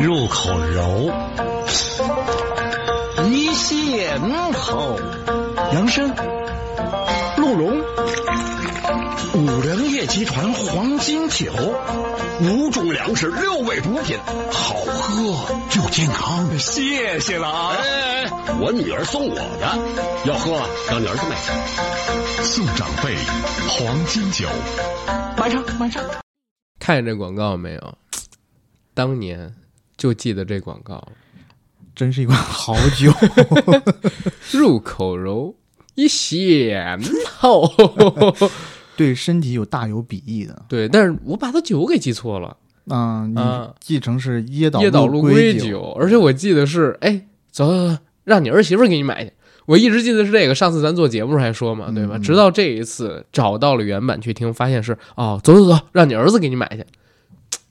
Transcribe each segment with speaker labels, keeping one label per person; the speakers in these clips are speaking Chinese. Speaker 1: 入口柔，
Speaker 2: 一线后，杨生、鹿茸、五粮液集团黄金酒，五种粮食，六味补品，好喝又健康。 谢谢了啊！
Speaker 1: 哎，我女儿送我的，要喝让女儿去买。
Speaker 3: 宋长辈黄金酒，
Speaker 2: 马上马上，
Speaker 4: 看见这广告没有？当年就记得这广告，
Speaker 5: 真是一款好 酒。
Speaker 4: 入口柔，一咸透。
Speaker 5: 对身体有大有裨益 的。
Speaker 4: 对，但是我把它酒给记错了，
Speaker 5: 嗯、
Speaker 4: 啊
Speaker 5: 你记成是椰岛
Speaker 4: 椰岛
Speaker 5: 陆
Speaker 4: 陆
Speaker 5: 龟
Speaker 4: 酒，，而且我记得是，哎，走走走，让你儿媳妇儿给你买去。我一直记得是这个，上次咱做节目时候还说嘛，对吧？
Speaker 5: 嗯
Speaker 4: 直到这一次找到了原版去听，发现是哦，走走走，让你儿子给你买去。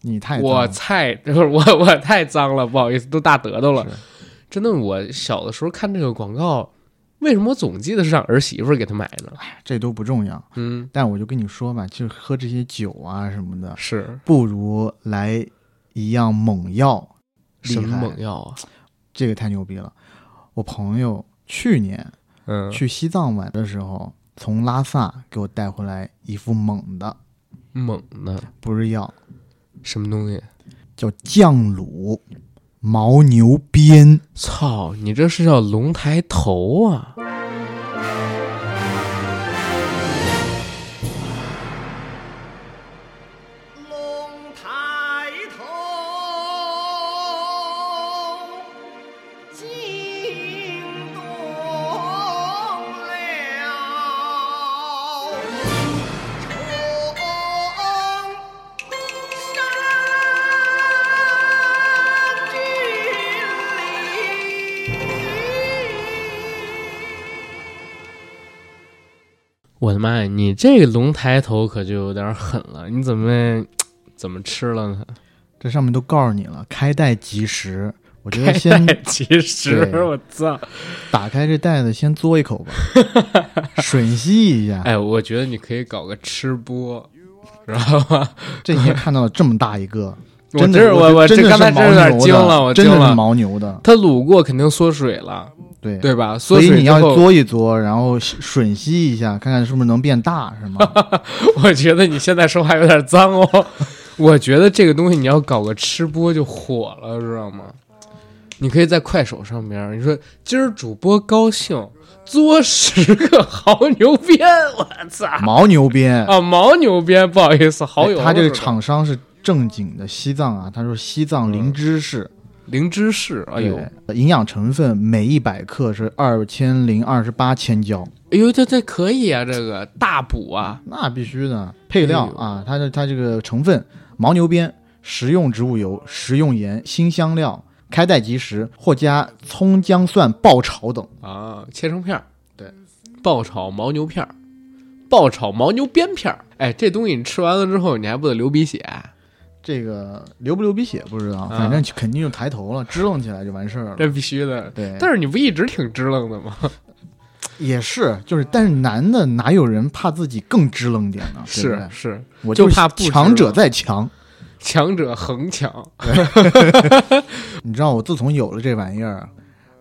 Speaker 5: 你太脏
Speaker 4: 我
Speaker 5: 了
Speaker 4: 太我我太脏了，不好意思，都大舌头了
Speaker 5: 是。
Speaker 4: 真的，我小的时候看这个广告，为什么我总记得是让儿媳妇儿给他买呢？
Speaker 5: 这都不重要。
Speaker 4: 嗯，
Speaker 5: 但我就跟你说吧，就是喝这些酒啊什么的，
Speaker 4: 是
Speaker 5: 不如来一样猛药厉
Speaker 4: 什
Speaker 5: 害。
Speaker 4: 么猛药啊？
Speaker 5: 这个太牛逼了！我朋友去年
Speaker 4: 嗯，
Speaker 5: 去西藏玩的时候，从拉萨给我带回来一副猛的，
Speaker 4: 嗯猛的
Speaker 5: 不是药，
Speaker 4: 什么东西？
Speaker 5: 叫酱卤牦牛鞭。
Speaker 4: 操，你这是叫龙抬头啊！
Speaker 2: 龙抬头，惊动了重山峻岭。
Speaker 4: 我的妈呀，你这个龙抬头可就有点狠了，你怎么怎么吃了呢？
Speaker 5: 这上面都告诉你了，开袋即食。我觉得先
Speaker 4: 其实
Speaker 5: 对
Speaker 4: 我操，
Speaker 5: 打开这袋子，先嘬一口 吧，吮吸一下。
Speaker 4: 哎，我觉得你可以搞个吃播，然后
Speaker 5: 这你也看到了这么大一个，
Speaker 4: 我
Speaker 5: 真的
Speaker 4: 这我我
Speaker 5: 真
Speaker 4: 这
Speaker 5: 的
Speaker 4: 刚才
Speaker 5: 是
Speaker 4: 真有点
Speaker 5: 牦牛的
Speaker 4: 惊了，我
Speaker 5: 真
Speaker 4: 惊
Speaker 5: 的是
Speaker 4: 了。
Speaker 5: 牦牛的，
Speaker 4: 它卤过肯定缩水了，
Speaker 5: 对
Speaker 4: 对吧？缩
Speaker 5: 所以
Speaker 4: 水
Speaker 5: 你要
Speaker 4: 之后，
Speaker 5: 嘬一嘬，然后吮吸一下，看看是不是能变大，是 吗？
Speaker 4: 我觉得你现在说话有点脏哦。 我觉得这个东西你要搞个吃播就火了，知道吗？你可以在快手上边，你说今儿主播高兴嘬十个 牦牛鞭，我操！
Speaker 5: 牦牛鞭，
Speaker 4: 啊，牦牛鞭，不好意思，好友
Speaker 5: 嗯哎他这个
Speaker 4: 厂
Speaker 5: 厂商是正经的西藏啊，他说西藏灵芝是，
Speaker 4: 灵芝士，哎呦，
Speaker 5: 对，营养成分每一百克是二千零二十八千焦，
Speaker 4: 哎呦，这这可以啊，这个大补啊，
Speaker 5: 那必须的。配料
Speaker 4: 哎呦
Speaker 5: 啊，它的它这个成分：牦牛鞭、食用植物油、食用盐、新香料、开袋即食，或加葱姜蒜爆炒等。
Speaker 4: 啊，切成片儿，
Speaker 5: 对，
Speaker 4: 爆炒牦牛片儿，爆炒牦牛鞭片儿，哎，这东西你吃完了之后，你还不得流鼻血？
Speaker 5: 这个流不流鼻血不知道，
Speaker 4: 啊
Speaker 5: 反正就肯定就抬头了，支棱起来就完事儿了。
Speaker 4: 这必须的。
Speaker 5: 对，
Speaker 4: 但是你不一直挺支棱的吗？
Speaker 5: 也是，就是，但是男的哪有人怕自己更支棱点呢？对不
Speaker 4: 是
Speaker 5: 对
Speaker 4: 是，
Speaker 5: 我
Speaker 4: 就是怕不
Speaker 5: 强
Speaker 4: 支
Speaker 5: 者
Speaker 4: 棱
Speaker 5: 在强。
Speaker 4: 强者恒强。
Speaker 5: 你知道，我自从有了这玩意儿，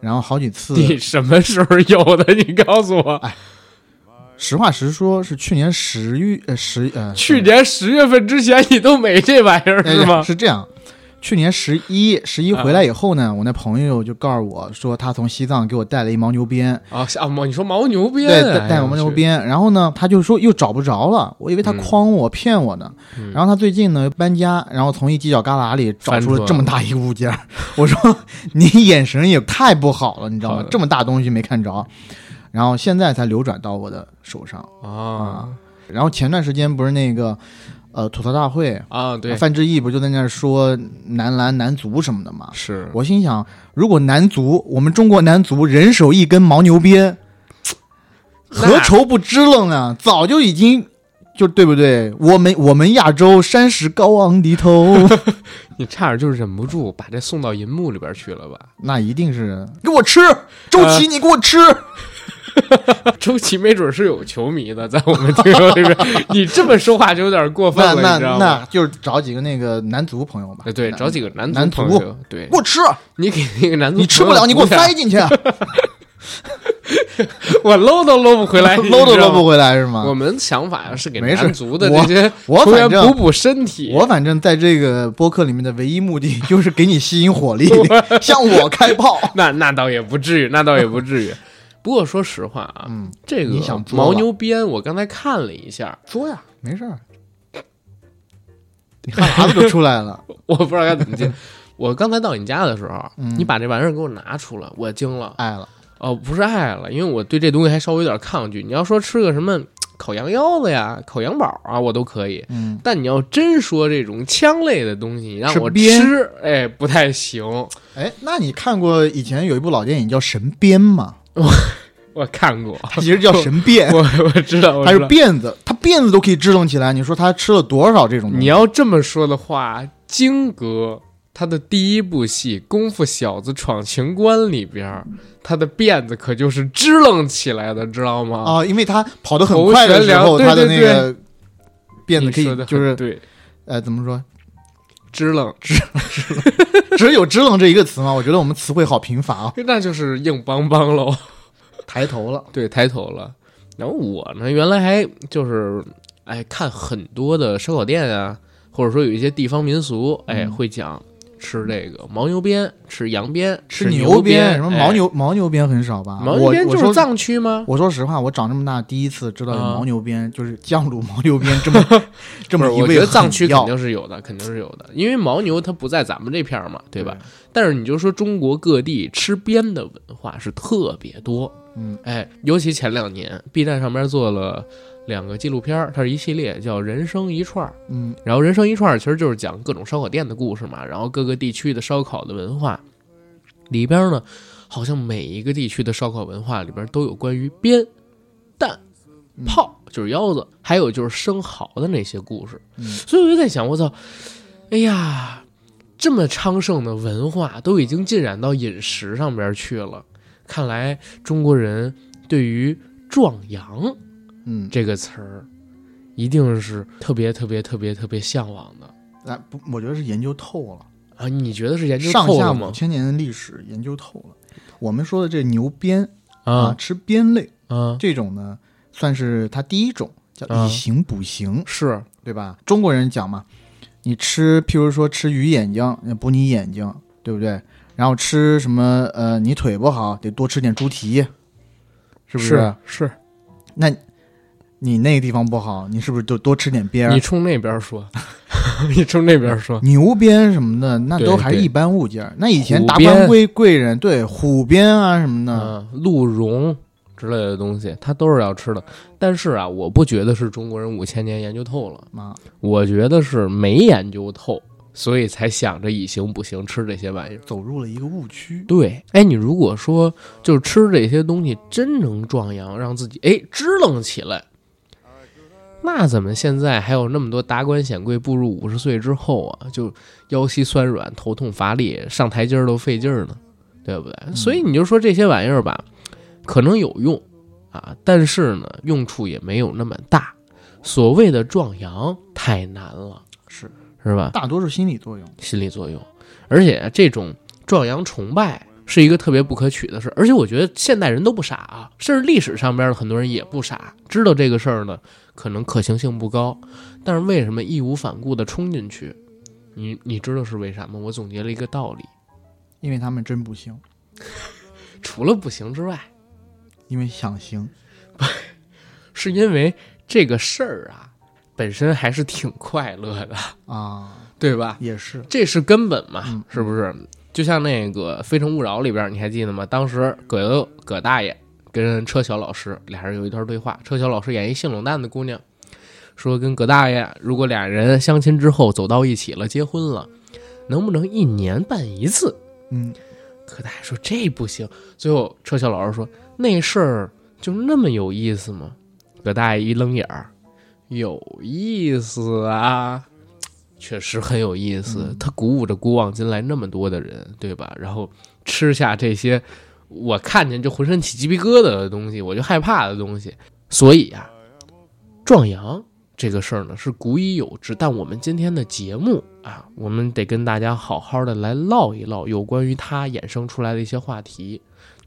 Speaker 5: 然后好几 次，
Speaker 4: 你什么时候有的？你告诉我，
Speaker 5: 哎实话实说，是去年十月呃十呃
Speaker 4: 去年十月份之前你都没这玩意儿
Speaker 5: 哎
Speaker 4: 是吗？
Speaker 5: 是这样，去年十一十一回来以后呢，我那朋友就告诉我说，他从西藏给我带了一牦牛鞭，
Speaker 4: 啊啊，牦你说牦牛鞭，
Speaker 5: 对，
Speaker 4: 哎
Speaker 5: 带带
Speaker 4: 呀
Speaker 5: 我牦牛。
Speaker 4: 去嗯
Speaker 5: 鞭。然后呢，他就说又找不着了，我以为他诓我、骗我呢。然后他最近呢搬家，然后从一犄角旮旯里找
Speaker 4: 翻
Speaker 5: 出
Speaker 4: 出
Speaker 5: 了
Speaker 4: 来
Speaker 5: 这么大一个物件儿，我说你眼神也太不好了，你知道
Speaker 4: 好
Speaker 5: 吗
Speaker 4: 的？
Speaker 5: 这么大东西没看着，然后现在才流转到我的手上
Speaker 4: 啊
Speaker 5: 啊。然后前段时间不是那个呃吐槽大会，
Speaker 4: 啊，对，
Speaker 5: 范志毅不就在那儿说男篮男足什么的吗？
Speaker 4: 是
Speaker 5: 我心想，如果男足，我们中国男足人手一根牦牛鞭，何愁不支棱啊？早就已经就对不对？我们我们亚洲山石高昂 的头，
Speaker 4: 你差点就忍不住把这送到银幕里边去了吧？呃
Speaker 5: 那一定是给我吃，周琦，你给我吃。
Speaker 4: 周琦没准是有球迷的，在我们听众里边，你这么说话就有点过分
Speaker 5: 那
Speaker 4: 了，
Speaker 5: 那
Speaker 4: 你知道吗？
Speaker 5: 那就是找几个那个男足朋友吧
Speaker 4: 哎，。对，
Speaker 5: 那
Speaker 4: 找几个男
Speaker 5: 嗯男
Speaker 4: 朋
Speaker 5: 足
Speaker 4: 友，对
Speaker 5: 给，我吃，
Speaker 4: 你给那啊个男足，
Speaker 5: 你吃不了，你给我塞，进去， 啊
Speaker 4: 我搂都搂不回来，
Speaker 5: 搂都搂不
Speaker 4: 回
Speaker 5: 回来是吗？
Speaker 4: 我们想法是给
Speaker 5: 没事
Speaker 4: 男足的这些
Speaker 5: 我我
Speaker 4: 球员
Speaker 5: 反正
Speaker 4: 补补身体，
Speaker 5: 我反正在这个播客里面的唯一目的 就是给你吸引火力， 向我开 炮。
Speaker 4: 那那倒也不至于，那倒也不至于。 不过说实话啊，
Speaker 5: 嗯，
Speaker 4: 这个
Speaker 5: 你想作吧
Speaker 4: 牦牛鞭，我刚才看了一下，
Speaker 5: 说呀，没事儿。哈喇子都出来了，
Speaker 4: 我不知道该怎么接。我刚才到你家的时候，
Speaker 5: 嗯
Speaker 4: 你把这玩意儿给我拿出来，我惊了。
Speaker 5: 爱了。
Speaker 4: 哦，不是爱了，因为我对这东西还稍微有点抗拒。你要说吃个什么烤羊腰子呀、烤羊宝啊，我都可以。
Speaker 5: 嗯，
Speaker 4: 但你要真说这种枪类的东西，你让
Speaker 5: 吃
Speaker 4: 我
Speaker 5: 鞭
Speaker 4: 吃，哎，不太行。
Speaker 5: 哎，那你看过以前有一部老电影叫《神鞭》吗？
Speaker 4: 我看过，
Speaker 5: 它其实叫神鞭，
Speaker 4: 我我知 道， 我
Speaker 5: 它
Speaker 4: 知
Speaker 5: 是
Speaker 4: 道。
Speaker 5: 辫子，它辫子都可以支棱起来。你说他吃了多少这种东西？
Speaker 4: 你要这么说的话，金哥他的第一部戏《功夫小子闯情关》里边儿，他的辫子可就是支棱起来的，知道吗？
Speaker 5: 啊，因为他跑得很快的时
Speaker 4: 头悬梁
Speaker 5: 候，
Speaker 4: 对
Speaker 5: 他的
Speaker 4: 对
Speaker 5: 那个辫子可
Speaker 4: 你说得
Speaker 5: 以
Speaker 4: 很
Speaker 5: 就是
Speaker 4: 对
Speaker 5: 呃，怎么说？
Speaker 4: 支棱，
Speaker 5: 只有“支棱”这一个词吗？我觉得我们词汇好贫乏啊。
Speaker 4: 那就是硬邦邦喽。
Speaker 5: 抬头了，
Speaker 4: 对，抬头了。然后我呢，原来还就是哎看很多的烧烤店啊，或者说有一些地方民俗，
Speaker 5: 嗯
Speaker 4: 哎会讲。吃这个牦牛鞭，吃羊鞭，吃
Speaker 5: 牛
Speaker 4: 鞭，
Speaker 5: 什么
Speaker 4: 哎
Speaker 5: 牦、牛牦牛鞭很少吧？
Speaker 4: 牦牛鞭就
Speaker 5: 我我
Speaker 4: 是
Speaker 5: 说
Speaker 4: 藏区吗？
Speaker 5: 我说实话，我长这么大第一次知道有
Speaker 4: 啊
Speaker 5: 牦牛鞭，就是降卤牦牛鞭 这么这
Speaker 4: 不
Speaker 5: 么
Speaker 4: 是，
Speaker 5: 一
Speaker 4: 我
Speaker 5: 味
Speaker 4: 觉得藏
Speaker 5: 狠
Speaker 4: 区肯
Speaker 5: 药
Speaker 4: 定是有的，肯定是有的，因为牦牛它不在咱们这片儿嘛，对吧？但是你就说中国各地吃鞭的文化是特别多，
Speaker 5: 嗯，
Speaker 4: 哎，尤其前两年，B 站上面做了两个纪录片儿，它是一系列叫《人生一串》，
Speaker 5: 嗯
Speaker 4: 然后人生一串儿其实就是讲各种烧烤店的故事嘛，然后各个地区的烧烤的文化，里边呢，好像每一个地区的烧烤文化里边都有关于鞭、蛋、炮，就是腰子，还有就是生蚝的那些故事。
Speaker 5: 嗯
Speaker 4: 所以我就在想，我操，哎呀，这么昌盛的文化都已经浸染到饮食上边去了，看来中国人对于壮阳。
Speaker 5: 嗯，
Speaker 4: 这个词儿，一定是特别特别特别特别向往的
Speaker 5: 来不，我觉得是研究透了，
Speaker 4: 啊！你觉得是研究
Speaker 5: 上
Speaker 4: 透
Speaker 5: 下
Speaker 4: 了
Speaker 5: 五
Speaker 4: 吗？
Speaker 5: 千年的历史研究透了。我们说的这牛鞭
Speaker 4: 啊
Speaker 5: 吃鞭类
Speaker 4: 啊，
Speaker 5: 这种呢，算是它第一种，叫
Speaker 4: 啊
Speaker 5: 以形补形。
Speaker 4: 是
Speaker 5: 对吧？中国人讲嘛，你吃，譬如说吃鱼眼睛，那补你眼睛，对不对？然后吃什么？呃，你腿不好，得多吃点猪蹄，是不
Speaker 4: 是是，
Speaker 5: 那你那个地方不好，你是不是就多吃点鞭
Speaker 4: 你
Speaker 5: 儿？
Speaker 4: 冲那边说， 你冲那边说，
Speaker 5: 牛鞭什么的，那
Speaker 4: 对
Speaker 5: 都还是
Speaker 4: 对
Speaker 5: 一般物件儿。那以前
Speaker 4: 虎
Speaker 5: 达
Speaker 4: 鞭
Speaker 5: 官贵贵人对虎鞭啊什么的，
Speaker 4: 啊，鹿茸之类的东西，它都是要吃的。但是啊，我不觉得是中国人五千年研究透了，
Speaker 5: 啊，
Speaker 4: 我觉得是没研究透，所以才想着以形补形吃这些玩意儿。
Speaker 5: 哎走入了一个误区。
Speaker 4: 对，哎，你如果说就是吃这些东西真能壮阳，让自己哎支棱起来，那怎么现在还有那么多达官显贵步入五十岁之后啊，就腰膝酸软、头痛乏力、上台阶儿都费劲儿呢，对不对？所以你就说这些玩意儿吧，可能有用啊，但是呢，用处也没有那么大。所谓的壮阳太难了，
Speaker 5: 是
Speaker 4: 是吧？
Speaker 5: 大多数心理作用，
Speaker 4: 心理作用，而且这种壮阳崇拜是一个特别不可取的事儿。而且我觉得现代人都不傻啊，甚至历史上边的很多人也不傻，知道这个事儿呢，可能可行性不高，但是为什么义无反顾的冲进去？你你知道是为啥吗？我总结了一个道理，
Speaker 5: 因为他们真不行，
Speaker 4: 除了不行之外，
Speaker 5: 因为想行。
Speaker 4: 是因为这个事儿啊，本身还是挺快乐的，
Speaker 5: 啊，
Speaker 4: 对吧？
Speaker 5: 也是，
Speaker 4: 这是根本嘛，
Speaker 5: 嗯
Speaker 4: 是不是？就像那个《非诚勿扰》里边，你还记得吗？当时葛优葛大爷跟车晓老师俩人有一段对话，车晓老师演一性冷淡的姑娘，说跟葛大爷如果俩人相亲之后走到一起了，结婚了，能不能一年办一次？
Speaker 5: 嗯，
Speaker 4: 葛大爷说这不行。最后车晓老师说那事儿就那么有意思吗？葛大爷一愣眼儿，有意思啊，确实很有意思。他鼓舞着古往今来那么多的人，对吧？然后吃下这些我看见就浑身起鸡皮疙瘩的东西，我就害怕的东西。所以啊，壮阳这个事儿呢是古已有之，但我们今天的节目啊，我们得跟大家好好的来唠一唠有关于它衍生出来的一些话题。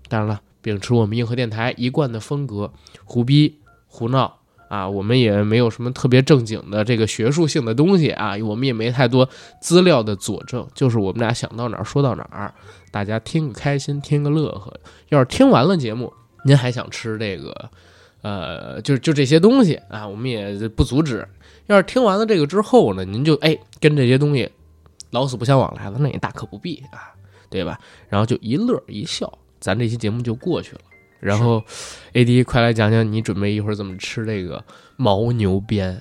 Speaker 4: 当然了，秉持我们硬核电台一贯的风格，胡逼胡闹啊，我们也没有什么特别正经的这个学术性的东西啊，我们也没太多资料的佐证，就是我们俩想到哪儿说到哪儿，大家听个开心，听个乐呵。要是听完了节目，您还想吃这个，呃，就就这些东西啊，我们也不阻止。要是听完了这个之后呢，您就哎跟这些东西老死不相往来了，那也大可不必啊，对吧？然后就一乐一笑，咱这期节目就过去了。然后，A D，快来讲讲你准备一会儿怎么吃这个牦牛鞭，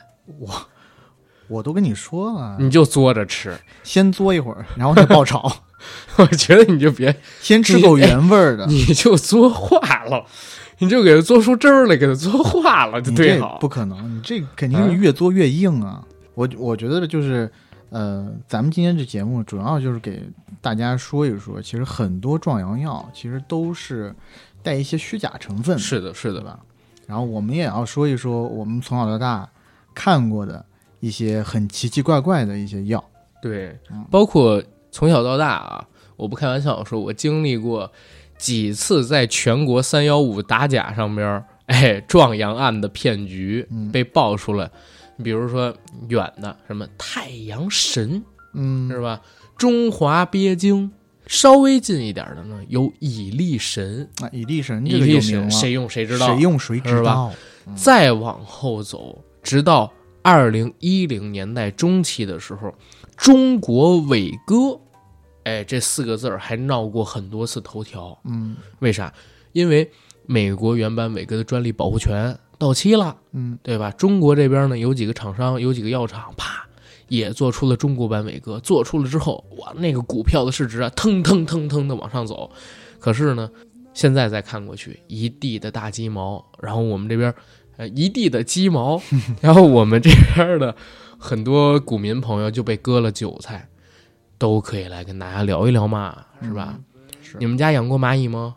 Speaker 5: 我都跟你说了，
Speaker 4: 你就嘬着吃。
Speaker 5: 先嘬一会儿，然后再爆炒，
Speaker 4: 我觉得你就别
Speaker 5: 先吃口原味儿 的。
Speaker 4: 你就作化了，你就给它做出汁儿来，给它做化了就
Speaker 5: 你
Speaker 4: 对
Speaker 5: 这
Speaker 4: 好。嗯
Speaker 5: 不可能，你这肯定是越做越硬啊！我我觉得就是，呃，咱们今天这节目主要就是给大家说一说，其实很多壮阳药其实都是带一些虚假成分，
Speaker 4: 是的，是的
Speaker 5: 对，吧？然后我们也要说一说我们从小到大看过的一些很奇奇怪怪的一些药。
Speaker 4: 对
Speaker 5: 嗯，
Speaker 4: 包括从小到大啊，我不开玩笑说，我经历过几次在全国三幺五打假上边儿， 哎，壮阳案的骗局
Speaker 5: 嗯
Speaker 4: 被爆出来。比如说远的什么太阳神
Speaker 5: 嗯
Speaker 4: 是吧？中华鳖精，稍微近一点的呢有蚁力神，
Speaker 5: 啊，蚁力神
Speaker 4: 蚁
Speaker 5: 这个有
Speaker 4: 力
Speaker 5: 名
Speaker 4: 神
Speaker 5: 了，
Speaker 4: 谁用谁知道，啊
Speaker 5: 谁用谁知
Speaker 4: 是吧
Speaker 5: 道？
Speaker 4: 再往后走，直到二零一零年代中期的时候，中国伟哥，哎，这四个字儿还闹过很多次头条。
Speaker 5: 嗯
Speaker 4: 为啥？因为美国原版伟哥的专利保护权到期了，
Speaker 5: 嗯
Speaker 4: 对吧？中国这边呢，有几个厂商，有几个药厂，啪。也做出了中国版伟哥，做出了之后，哇，那个股票的市值啊，腾腾腾腾的往上走。可是呢，现在再看过去，一地的大鸡毛，然后我们这边呃一地的鸡毛，然后我们这边的很多股民朋友就被割了韭菜，都可以来跟大家聊一聊嘛，是吧？
Speaker 5: 嗯是
Speaker 4: 你们家养过蚂蚁吗？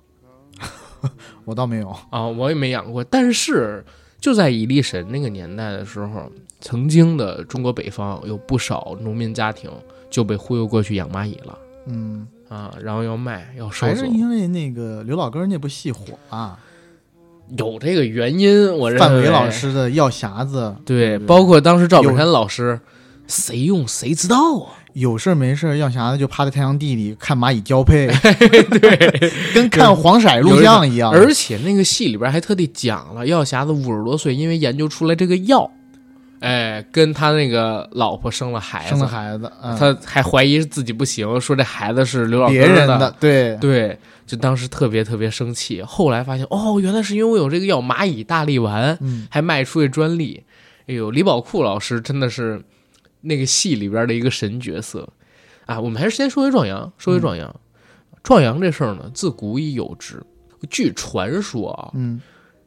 Speaker 5: 嗯我倒没有。
Speaker 4: 啊，我也没养过，但是就在蚁力神那个年代的时候，曾经的中国北方有不少农民家庭就被忽悠过去养蚂蚁了
Speaker 5: 嗯，
Speaker 4: 啊，然后要卖要收
Speaker 5: 还是
Speaker 4: 走，
Speaker 5: 因为那个刘老根儿那部戏火啊。
Speaker 4: 有这个原因，我认为
Speaker 5: 范伟老师的药匣子，
Speaker 4: 对，
Speaker 5: 对
Speaker 4: 包括当时赵本
Speaker 5: 有
Speaker 4: 山老师，谁用谁知道 啊，
Speaker 5: 有事儿没事儿药匣子就趴在太阳地里看蚂蚁交配，哎
Speaker 4: 对，
Speaker 5: 跟看黄色录像一样。
Speaker 4: 而且那个戏里边还特地讲了，药匣子五十多岁，因为研究出来这个药，哎，跟他那个老婆生了孩子，
Speaker 5: 生了孩子，嗯、
Speaker 4: 他还怀疑自己不行，说这孩子是刘老根
Speaker 5: 别
Speaker 4: 儿
Speaker 5: 人
Speaker 4: 的。
Speaker 5: 对，
Speaker 4: 对，就当时特别特别生气。后来发现，哦，原来是因为我有这个药蚂蚁大力丸，
Speaker 5: 嗯
Speaker 4: 还卖出去专利。哎呦，李宝库老师真的是那个戏里边的一个神角色啊！我们还是先说回壮阳，说
Speaker 5: 嗯
Speaker 4: 回壮阳。壮阳这事儿呢，自古已有之。据传说啊，
Speaker 5: 嗯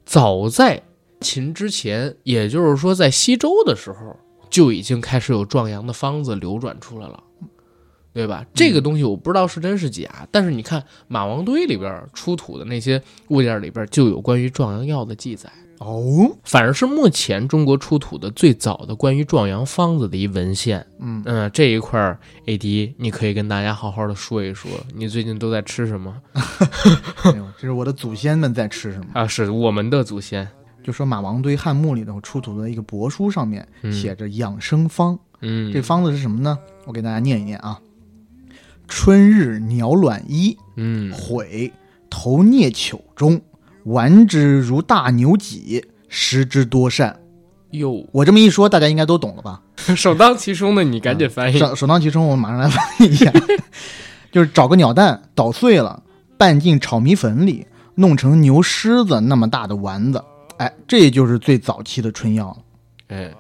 Speaker 4: 早在秦之前，也就是说在西周的时候，就已经开始有壮阳的方子流转出来了，对吧？这个东西我不知道是真是
Speaker 5: 嗯
Speaker 4: 假，但是你看马王堆里边出土的那些物件里边就有关于壮阳药的记载，
Speaker 5: 哦，
Speaker 4: 反而是目前中国出土的最早的关于壮阳方子的一文献。
Speaker 5: 嗯，
Speaker 4: 嗯、这一块儿，AD 你可以跟大家好好的说一说，你最近都在吃什么
Speaker 5: 哎呦这是我的祖先们在吃什么？
Speaker 4: 啊？是我们的祖先，
Speaker 5: 就说马王堆汉墓里头出土的一个帛书上面
Speaker 4: 嗯
Speaker 5: 写着养生方，
Speaker 4: 嗯，
Speaker 5: 这方子是什么呢？我给大家念一念啊：春日鸟卵衣，
Speaker 4: 嗯
Speaker 5: 悔，头啮糗中，丸之如大牛脊，食之多善。
Speaker 4: 哟。
Speaker 5: 我这么一说，大家应该都懂了吧？
Speaker 4: 首当其冲的，你赶紧翻译。
Speaker 5: 首首当其冲，我马上来翻译一下， 就是找个鸟蛋捣碎了，拌进炒米粉里，弄成牛狮子那么大的丸子。哎，这就是最早期的春药了。
Speaker 4: 哎，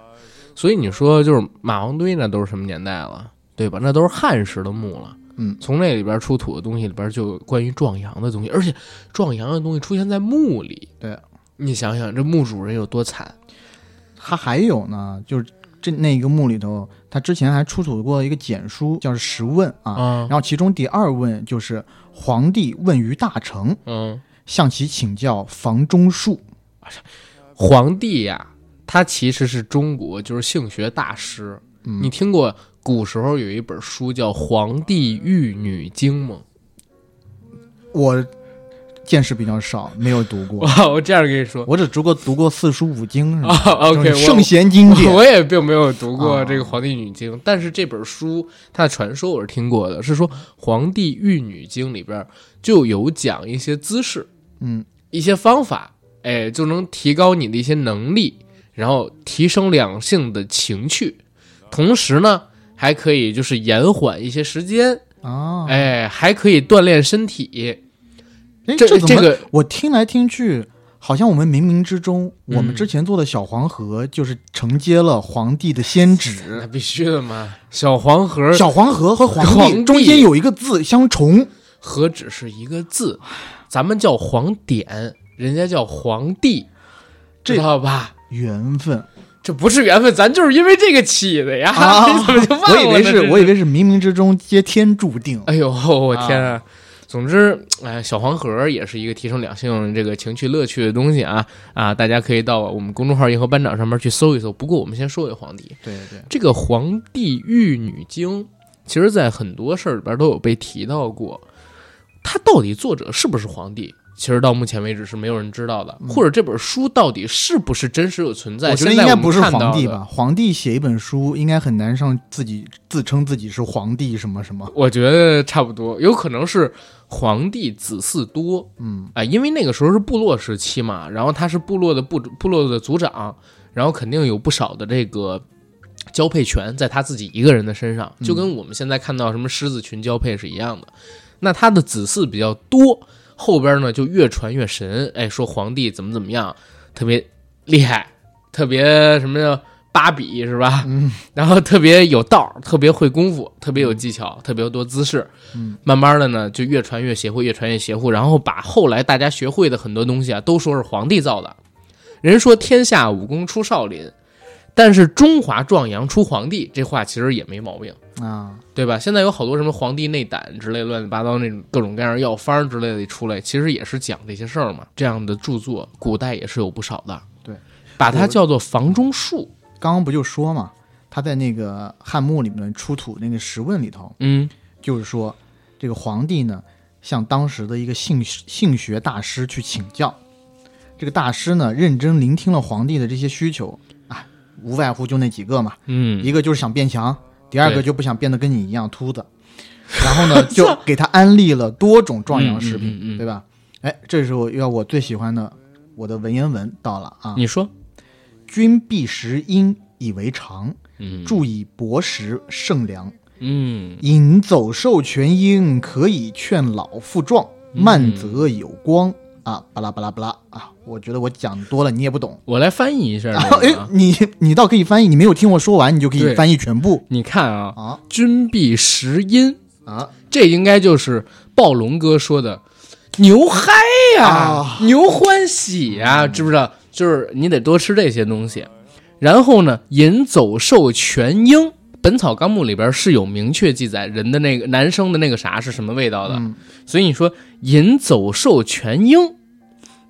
Speaker 4: 所以你说就是马王堆那都是什么年代了，对吧？那都是汉时的墓了。
Speaker 5: 嗯
Speaker 4: 从那里边出土的东西里边就有关于壮阳的东西，而且壮阳的东西出现在墓里，
Speaker 5: 对，
Speaker 4: 你想想这墓主人有多惨。
Speaker 5: 它还有呢，就是这那一个墓里头，他之前还出土过一个简书，叫《十问》啊。
Speaker 4: 啊
Speaker 5: 然，后其中第二问就是皇帝问于大成，
Speaker 4: 嗯，
Speaker 5: 向其请教房中术。
Speaker 4: 皇帝呀、他其实是中国就是性学大师。你听过古时候有一本书叫《黄帝玉女经》吗？
Speaker 5: 我见识比较少，没有读 过，
Speaker 4: 哇，我这样跟你说
Speaker 5: 我只读过读过四书五经是
Speaker 4: 啊
Speaker 5: 吧？
Speaker 4: ，OK，
Speaker 5: 就是
Speaker 4: 我
Speaker 5: 圣贤经 典。
Speaker 4: 我也哦并没有读过
Speaker 5: 啊
Speaker 4: 这个《黄帝女经》，但是这本书它的传说我是听过的，是说《黄帝玉女经》里边就有讲一些姿势，
Speaker 5: 嗯，
Speaker 4: 一些方法，哎，就能提高你的一些能力，然后提升两性的情趣，同时呢，还可以就是延缓一些时间，
Speaker 5: 啊，
Speaker 4: 哎，还可以锻炼身体。
Speaker 5: 哎，
Speaker 4: 这
Speaker 5: 怎
Speaker 4: 这
Speaker 5: 么
Speaker 4: 个
Speaker 5: 我听来听去，好像我们冥冥之中，
Speaker 4: 嗯
Speaker 5: 我们之前做的小黄河就是承接了皇帝的先
Speaker 4: 那
Speaker 5: 旨。
Speaker 4: 必须的嘛！小黄盒
Speaker 5: 小黄河和
Speaker 4: 皇
Speaker 5: 皇
Speaker 4: 帝
Speaker 5: 帝中间有一个字相重，
Speaker 4: 何止是一个字，咱们叫黄典，人家叫皇帝，
Speaker 5: 这
Speaker 4: 知道吧？
Speaker 5: 缘分。
Speaker 4: 这不是缘分，咱就是因为这个起的呀！
Speaker 5: 啊
Speaker 4: 你怎么 就忘了
Speaker 5: 我
Speaker 4: 呢？
Speaker 5: 以为
Speaker 4: 这
Speaker 5: 是，我以为是冥冥之中皆天注定。
Speaker 4: 哎呦，我天啊！总之，哎，小黄盒也是一个提升两性这个情趣乐趣的东西啊啊！大家可以到我们公众号“银河班长”上面去搜一搜。不过，我们先说回皇帝，
Speaker 5: 对对对，
Speaker 4: 这个《黄帝玉女经》，其实在很多事儿里边都有被提到过。它到底作者是不是皇帝？其实到目前为止是没有人知道的，或者这本书到底是不是真实有存在？
Speaker 5: 嗯我
Speaker 4: 就
Speaker 5: 觉得
Speaker 4: 是
Speaker 5: 应
Speaker 4: 在
Speaker 5: 该
Speaker 4: 我们
Speaker 5: 不是
Speaker 4: 看到
Speaker 5: 皇帝
Speaker 4: 的
Speaker 5: 吧？皇帝写一本书，应该很难上自己自称自己是皇帝什么什么。
Speaker 4: 我觉得差不多，有可能是皇帝子嗣多，
Speaker 5: 嗯，
Speaker 4: 啊、因为那个时候是部落时期嘛，然后他是部落的部部落的族长，然后肯定有不少的这个交配权在他自己一个人的身上，就跟我们现在看到什么狮子群交配是一样的。那他的子嗣比较多，后边呢就越传越神，哎，说皇帝怎么怎么样，特别厉害，特别什么呀？八比是吧？嗯， 然后特别有道儿，特别会功夫，特别有技巧，特别多姿势。嗯，慢慢的呢，就越传越邪乎，越传越邪乎，然后把后来大家学会的很多东西啊，都说是皇帝造的。人说天下武功出少林，但是中华壮阳出皇帝，这话其实也没毛病。
Speaker 5: 啊，
Speaker 4: 对吧？现在有好多什么黄帝内胆之类乱七八糟那种各种各样药方之类的出来，其实也是讲这些事儿嘛。这样的著作，古代也是有不少的。
Speaker 5: 对，
Speaker 4: 把它叫做房中术。
Speaker 5: 刚刚不就说嘛，他在那个汉墓里面出土那个石问里头，
Speaker 4: 嗯
Speaker 5: 就是说这个皇帝呢，向当时的一个性性学大师去请教，这个大师呢认真聆听了皇帝的这些需求啊，无外乎就那几个嘛，
Speaker 4: 嗯，
Speaker 5: 一个就是想变强，第二个
Speaker 4: 对
Speaker 5: 就不想变得跟你一样秃子，然后 呢就给他安利了多种壮阳食
Speaker 4: 嗯嗯嗯嗯
Speaker 5: 品，对吧？哎，这时候要我最喜欢的我的文言文到了啊，
Speaker 4: 你说，
Speaker 5: 君必食阴以为常，
Speaker 4: 嗯
Speaker 5: 助以薄食胜良。
Speaker 4: 嗯
Speaker 5: 饮走兽全阴，可以劝老复壮，
Speaker 4: 嗯
Speaker 5: 慢则有光、啊！巴拉巴拉巴拉啊！我觉得我讲多了你也不 懂。
Speaker 4: 我来翻译一下
Speaker 5: 啊
Speaker 4: 这
Speaker 5: 哎
Speaker 4: 个、啊，
Speaker 5: 你你倒可以翻译，你没有听我说完，你就可
Speaker 4: 对
Speaker 5: 以翻译全部
Speaker 4: 你看啊，
Speaker 5: 啊
Speaker 4: 君必食阴，
Speaker 5: 啊！
Speaker 4: 这应该就是暴龙哥说的牛嗨呀、
Speaker 5: 啊
Speaker 4: 牛欢喜呀、知不知道？就是你得多吃这些东西。然后呢，饮走兽全鹰，《本草纲目》里边是有明确记载人的那个男生的那个啥是什么味道的，
Speaker 5: 嗯
Speaker 4: 所以你说饮走兽全鹰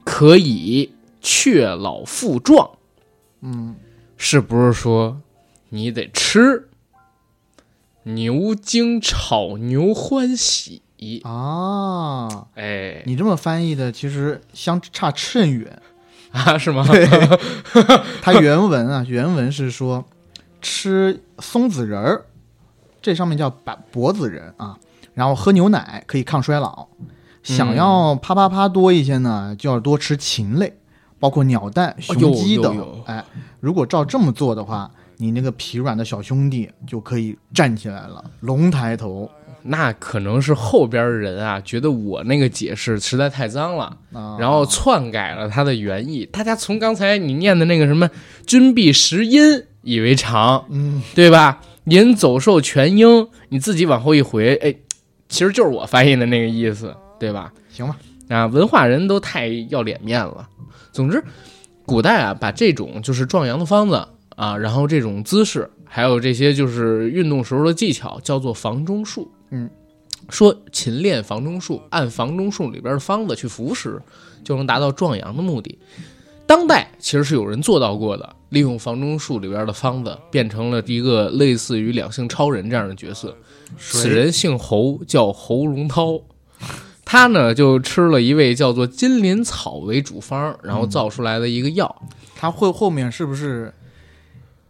Speaker 4: 可以却老复壮，
Speaker 5: 嗯，
Speaker 4: 是不是说你得吃牛精炒牛欢喜？
Speaker 5: 啊，
Speaker 4: 哎，
Speaker 5: 你这么翻译的其实相差甚远。
Speaker 4: 啊，是 吗？
Speaker 5: 它原文啊，原文是说吃松子仁儿，这上面叫柏柏子仁啊，然后喝牛奶可以抗衰老，想要啪啪啪多一些
Speaker 4: 嗯
Speaker 5: 呢，就要多吃禽类，包括鸟蛋、
Speaker 4: 有
Speaker 5: 雄
Speaker 4: 哦
Speaker 5: 鸡
Speaker 4: 有
Speaker 5: 等。
Speaker 4: 有
Speaker 5: 哎，如果照这么做的话，你那个疲软的小兄弟就可以站起来了，龙抬头
Speaker 4: 那可能是后边人啊，觉得我那个解释实在太脏了，
Speaker 5: 啊。
Speaker 4: 然后篡改了他的原意。大家从刚才你念的那个什么“君必食阴以为常”，
Speaker 5: 嗯，
Speaker 4: 对吧？“饮走兽全鹰”，你自己往后一回，哎，其实就是我翻译的那个意思，对吧？
Speaker 5: 行吧，
Speaker 4: 啊，文化人都太要脸面了。总之，古代啊，把这种就是壮阳的方子啊，然后这种姿势，还有这些就是运动时候的技巧，叫做房中术。
Speaker 5: 嗯，
Speaker 4: 说勤练房中术，按房中术里边的方子去服食，就能达到壮阳的目的。当代其实是有人做到过的，利用房中术里边的方子，变成了一个类似于两性超人这样的角色。此人姓侯，叫侯荣涛。他呢就吃了一味叫做金鳞草为主方，然后造出来的一个药。
Speaker 5: 他会后面是不是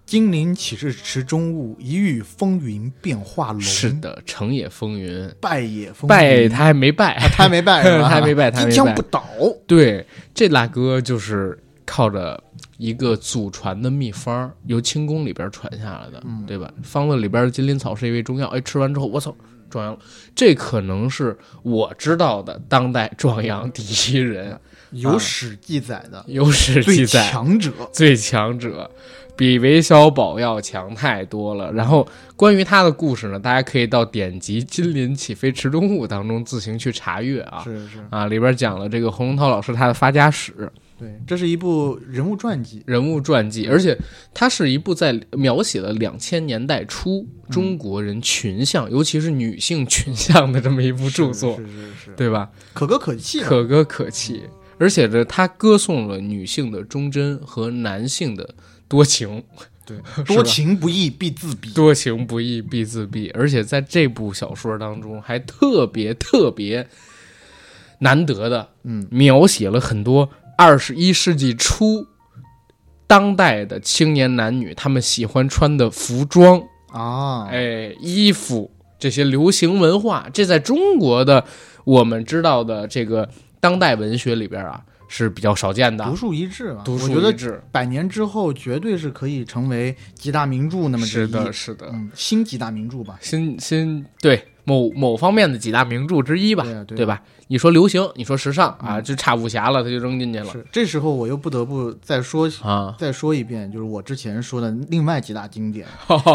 Speaker 5: 金陵岂是池中物，一遇风云变化龙？
Speaker 4: 是，的，成也风云，
Speaker 5: 败也风云
Speaker 4: 拜他还没拜，
Speaker 5: 啊他还没败是吧？
Speaker 4: 他还没败他还没败
Speaker 5: 一将不倒。
Speaker 4: 对，这大哥就是靠着一个祖传的秘方儿，由清宫里边儿传下来的，
Speaker 5: 嗯
Speaker 4: 对吧？方子里边儿的金鳞草是一味中药，哎，吃完之后，我操，壮阳了！这可能是我知道的当代壮阳第一人，
Speaker 5: 有史记载的
Speaker 4: 有史
Speaker 5: 最
Speaker 4: 记载。
Speaker 5: 强者，
Speaker 4: 最强者，比韦小宝要强太多了。然后关于他的故事呢，大家可以到典籍《金鳞起飞池中物》当中自行去查阅啊。
Speaker 5: 是是，
Speaker 4: 啊，里边讲了这个洪荣涛老师他的发家史、
Speaker 5: 对，这是一部人物传记，
Speaker 4: 人物传记，而且它是一部在描写了两千年代初
Speaker 5: 嗯
Speaker 4: 中国人群像，尤其是女性群像的这么一部著作，
Speaker 5: 是是是，
Speaker 4: 对吧？
Speaker 5: 可歌可泣啊，
Speaker 4: 可歌可泣，而且呢，他歌颂了女性的忠贞和男性的多情。
Speaker 5: 对，
Speaker 4: 吧
Speaker 5: 多情不义必自毙，
Speaker 4: 多行不义必自毙，而且在这部小说当中还特别特别难得的，
Speaker 5: 嗯，
Speaker 4: 描写了很多二十一世纪初当代的青年男女他们喜欢穿的服装，
Speaker 5: 啊，
Speaker 4: 哎，衣服这些流行文化，这在中国的我们知道的这个当代文学里边啊是比较少见的
Speaker 5: 独，树一帜吧，
Speaker 4: 独树
Speaker 5: 我觉
Speaker 4: 一
Speaker 5: 得
Speaker 4: 帜。
Speaker 5: 百年之后绝对是可以成为几大名著那么之
Speaker 4: 是
Speaker 5: 一，
Speaker 4: 的，是的，
Speaker 5: 嗯，新几大名著吧，
Speaker 4: 新新对某某方面的几大名著之一吧，
Speaker 5: 对啊对啊
Speaker 4: 吧？你说流行，你说时尚啊，就差武侠了，他就扔进去了
Speaker 5: 是，这时候我又不得不再说
Speaker 4: 啊。
Speaker 5: 再说一遍，就是我之前说的另外几大 经典，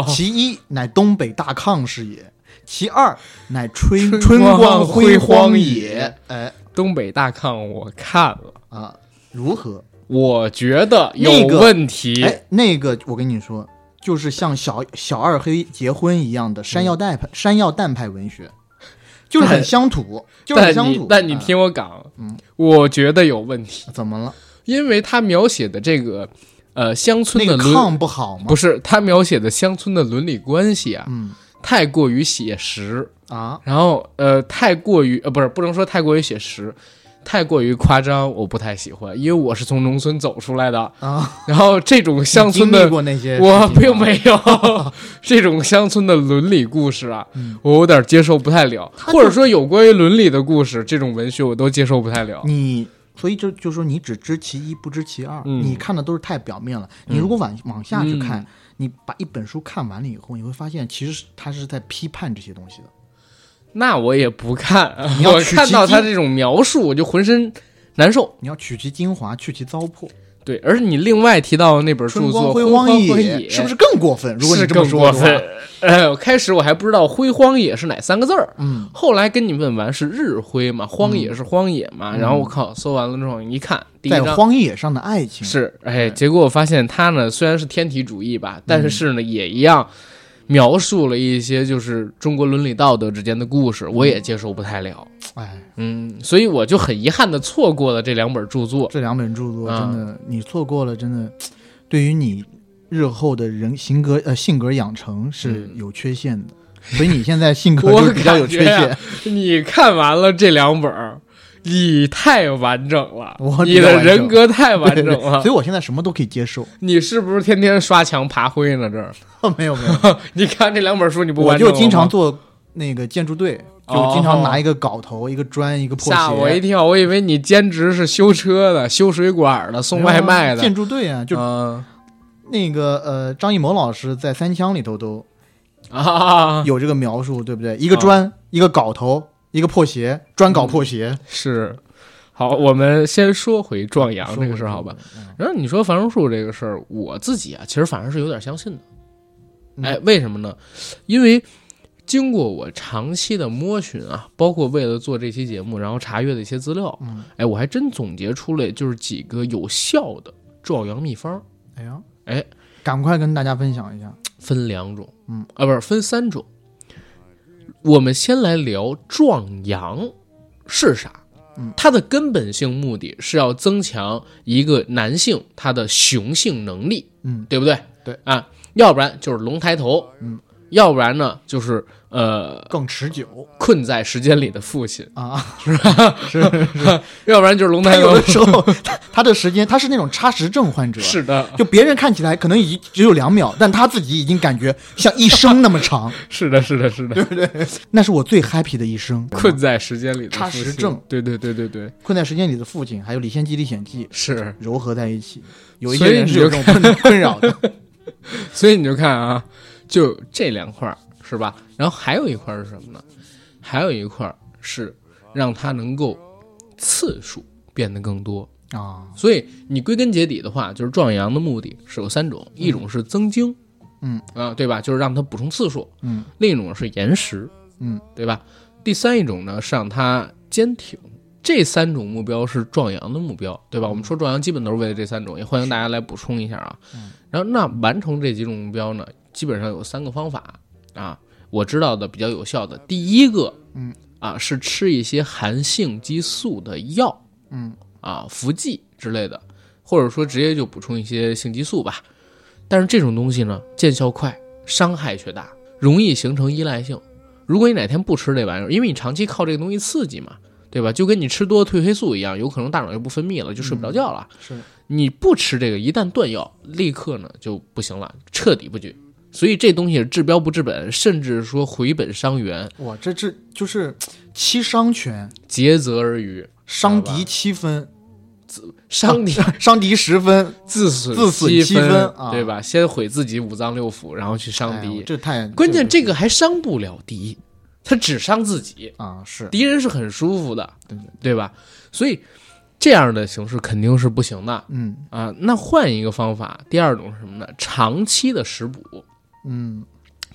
Speaker 5: 其一乃东北大抗是也，其二乃春
Speaker 4: 春
Speaker 5: 春
Speaker 4: 光辉
Speaker 5: 辉
Speaker 4: 煌
Speaker 5: 也
Speaker 4: 也。
Speaker 5: 哎
Speaker 4: 东北大炕我看了，
Speaker 5: 啊，如何？
Speaker 4: 我觉得有
Speaker 5: 那个
Speaker 4: 问题。
Speaker 5: 哎，那个我跟你说，就是像小小二黑结婚一样的山药蛋派、山药蛋派文学，就是很
Speaker 4: 但
Speaker 5: 乡土，就是很
Speaker 4: 但
Speaker 5: 乡
Speaker 4: 你
Speaker 5: 土。
Speaker 4: 但你
Speaker 5: 哎、
Speaker 4: 听我讲，
Speaker 5: 嗯
Speaker 4: 我觉得有问题，
Speaker 5: 怎么了？
Speaker 4: 因为他描写的这个呃乡村
Speaker 5: 那
Speaker 4: 的
Speaker 5: 个
Speaker 4: 伦、
Speaker 5: 炕不好吗？
Speaker 4: 不
Speaker 5: 是，
Speaker 4: 是他描写的乡村的伦理关系啊，
Speaker 5: 嗯
Speaker 4: 太过于写实，
Speaker 5: 啊，
Speaker 4: 然后呃，太过于呃，不是不能说太过于写实，太过于夸张，我不太喜欢，因为我是从农村走出来的
Speaker 5: 啊。
Speaker 4: 然后这种乡村
Speaker 5: 你经
Speaker 4: 的
Speaker 5: 历，过那些，
Speaker 4: 我并。没 有这种乡村的伦理故事啊，
Speaker 5: 嗯
Speaker 4: 我有点接受不太了，
Speaker 5: 他
Speaker 4: 或者
Speaker 5: 就
Speaker 4: 说有关于伦理的故事，这种文学我都接受不太了。
Speaker 5: 你所以就就说你只知其一不知其二，
Speaker 4: 嗯
Speaker 5: 你看的都是太表面了。你如果往往下去看，
Speaker 4: 嗯
Speaker 5: 你把一本书看完了以后，你会发现其实是它是在批判这些东西的。
Speaker 4: 那我也不看，
Speaker 5: 你要
Speaker 4: 我
Speaker 5: 取
Speaker 4: 看
Speaker 5: 其
Speaker 4: 到他
Speaker 5: 精
Speaker 4: 这种描述，我就浑身难受。
Speaker 5: 你要取其精华，去其糟粕。
Speaker 4: 对，而且你另外提到的那本著
Speaker 5: 春光
Speaker 4: 作《
Speaker 5: 辉
Speaker 4: 昏
Speaker 5: 煌
Speaker 4: 昏
Speaker 5: 也是不是更过分？如果你
Speaker 4: 是
Speaker 5: 这么
Speaker 4: 更
Speaker 5: 说
Speaker 4: 过
Speaker 5: 的话，
Speaker 4: 分。呃， 开始我还不知道“辉荒野”是哪三个字儿，
Speaker 5: 嗯，
Speaker 4: 后来跟你问完是日晖嘛，荒野是荒野嘛，然后我靠，搜完了之后一看，第一
Speaker 5: 嗯在
Speaker 4: 章。
Speaker 5: 荒野上的爱情
Speaker 4: 是，哎，结果我发现他呢，虽然是天体主义吧，但是
Speaker 5: 嗯
Speaker 4: 呢，也一样描述了一些就是中国伦理道德之间的故
Speaker 5: 嗯
Speaker 4: 事，我也接受不太了。
Speaker 5: 哎，
Speaker 4: 嗯，所以我就很遗憾的错过了这两本著 作。
Speaker 5: 这两本著作
Speaker 4: 啊
Speaker 5: 真的，你错过了，真的，对于你日后的人性格呃性格养成是有缺陷的。所以你现在性格
Speaker 4: 嗯 我
Speaker 5: 就比较有缺
Speaker 4: 感觉
Speaker 5: 陷
Speaker 4: 啊，你看完了这两本儿，你太完整了，
Speaker 5: 我
Speaker 4: 你
Speaker 5: 比较
Speaker 4: 的
Speaker 5: 完整
Speaker 4: 人格太完整
Speaker 5: 对对
Speaker 4: 了
Speaker 5: 所。以我现在什么都可以接 受。
Speaker 4: 你是不是天天刷墙爬灰呢？这儿，
Speaker 5: 没有没有，
Speaker 4: 你看这两本书，你不
Speaker 5: 我
Speaker 4: 完整
Speaker 5: 就
Speaker 4: 了吗
Speaker 5: 经常做那个建筑队，就经
Speaker 4: 哦
Speaker 5: 常拿一个镐头、一个砖、一个破鞋。啊
Speaker 4: 吓我一跳，我以为你兼职是修车的、修水管的、送外卖
Speaker 5: 啊建
Speaker 4: 的。
Speaker 5: 筑队啊，就
Speaker 4: 嗯
Speaker 5: 那个呃，张艺谋老师在《三枪》里头都
Speaker 4: 啊，
Speaker 5: 有这个描述，对不对？一个砖，一个镐头，一个破鞋，砖镐破鞋。
Speaker 4: 是。好，我们先说回壮阳这个事儿，好吧？然后你说樊荣树这个事儿，我自己啊，其实反而是有点相信的。
Speaker 5: 嗯
Speaker 4: 哎，为什么呢？因为经过我长期的摸寻啊，包括为了做这期节目，然后查阅的一些资料，
Speaker 5: 嗯
Speaker 4: 哎，我还真总结出了就是几个有效的壮阳秘方。
Speaker 5: 哎呀，赶快跟大家分享一下。
Speaker 4: 分两种，
Speaker 5: 嗯
Speaker 4: 啊，不是分三种。我们先来聊壮阳是啥？
Speaker 5: 嗯
Speaker 4: 它的根本性目的是要增强一个男性他的雄性能力，
Speaker 5: 嗯，
Speaker 4: 对不对？
Speaker 5: 对
Speaker 4: 啊，要不然就是龙抬头，
Speaker 5: 嗯，
Speaker 4: 要不然呢就是呃
Speaker 5: 更持久
Speaker 4: 困在时间里的父 亲，
Speaker 5: 啊！
Speaker 4: 要不然就是龙
Speaker 5: 他
Speaker 4: 抬
Speaker 5: 有
Speaker 4: 头
Speaker 5: 的。时候，啊他他的时间他是那种差时症患者，
Speaker 4: 是的，
Speaker 5: 就别人看起来可能已经只有两秒，但他自己已经感觉像一生那么 长，
Speaker 4: 是的，是的，是的，
Speaker 5: 那是我最 happy 的一生。
Speaker 4: 困在时间里的
Speaker 5: 差时
Speaker 4: 父亲
Speaker 5: 症
Speaker 4: 对对对对对，
Speaker 5: 困在时间里的父亲，还有《李献计历险记》
Speaker 4: 是。
Speaker 5: 糅合在一起，有一
Speaker 4: 所
Speaker 5: 些
Speaker 4: 以
Speaker 5: 人
Speaker 4: 你
Speaker 5: 是有
Speaker 4: 就
Speaker 5: 这种困困扰的。
Speaker 4: 所以你就看啊，就这两块儿是吧？然后还有一块儿是什么呢？还有一块儿是让它能够次数变得更多。
Speaker 5: 啊，
Speaker 4: 所以你归根结底的话，就是壮阳的目的是有三种，一种是增精，
Speaker 5: 嗯
Speaker 4: 啊，对吧？就是让它补充次数；
Speaker 5: 嗯
Speaker 4: 另一种是延时，
Speaker 5: 嗯，
Speaker 4: 对吧？第三一种呢是让它坚挺。这三种目标是壮阳的目标，对
Speaker 5: 嗯
Speaker 4: 吧？我们说壮阳基本都是为了这三种，也欢迎大家来补充一下啊。
Speaker 5: 嗯
Speaker 4: 然后那完成这几种目标呢，基本上有三个方法啊，我知道的比较有效的，第一个，
Speaker 5: 嗯
Speaker 4: 啊是吃一些含性激素的药，
Speaker 5: 嗯
Speaker 4: 啊、服剂之类的，或者说直接就补充一些性激素吧。但是这种东西呢，见效快，伤害却大，容易形成依赖性。如果你哪天不吃这玩意儿，因为你长期靠这个东西刺激嘛，对吧？就跟你吃多褪黑素一样，有可能大脑就不分泌了，就睡不着觉了。
Speaker 5: 是
Speaker 4: 你不吃这个，一旦断药，立刻呢就不行了，彻底不举。所以这东西治标不治本，甚至说回本伤源，
Speaker 5: 哇，这这就是七伤拳，
Speaker 4: 竭泽而渔，
Speaker 5: 伤
Speaker 4: 好吧
Speaker 5: 敌七分，
Speaker 4: 伤敌
Speaker 5: 伤敌十分，
Speaker 4: 自损
Speaker 5: 自损
Speaker 4: 七
Speaker 5: 七
Speaker 4: 分，
Speaker 5: 分啊
Speaker 4: 对吧？先毁自己五脏六腑，然后去伤
Speaker 5: 哎
Speaker 4: 敌。
Speaker 5: 我这太
Speaker 4: 关键
Speaker 5: 这
Speaker 4: 这个还伤不了敌，他只伤自己，
Speaker 5: 啊是
Speaker 4: 敌人是很舒服的，
Speaker 5: 对对
Speaker 4: 对吧？所以这样的形式肯定是不行的
Speaker 5: 嗯
Speaker 4: 啊。那换一个方法，第二种是什么呢？长期的食补，
Speaker 5: 嗯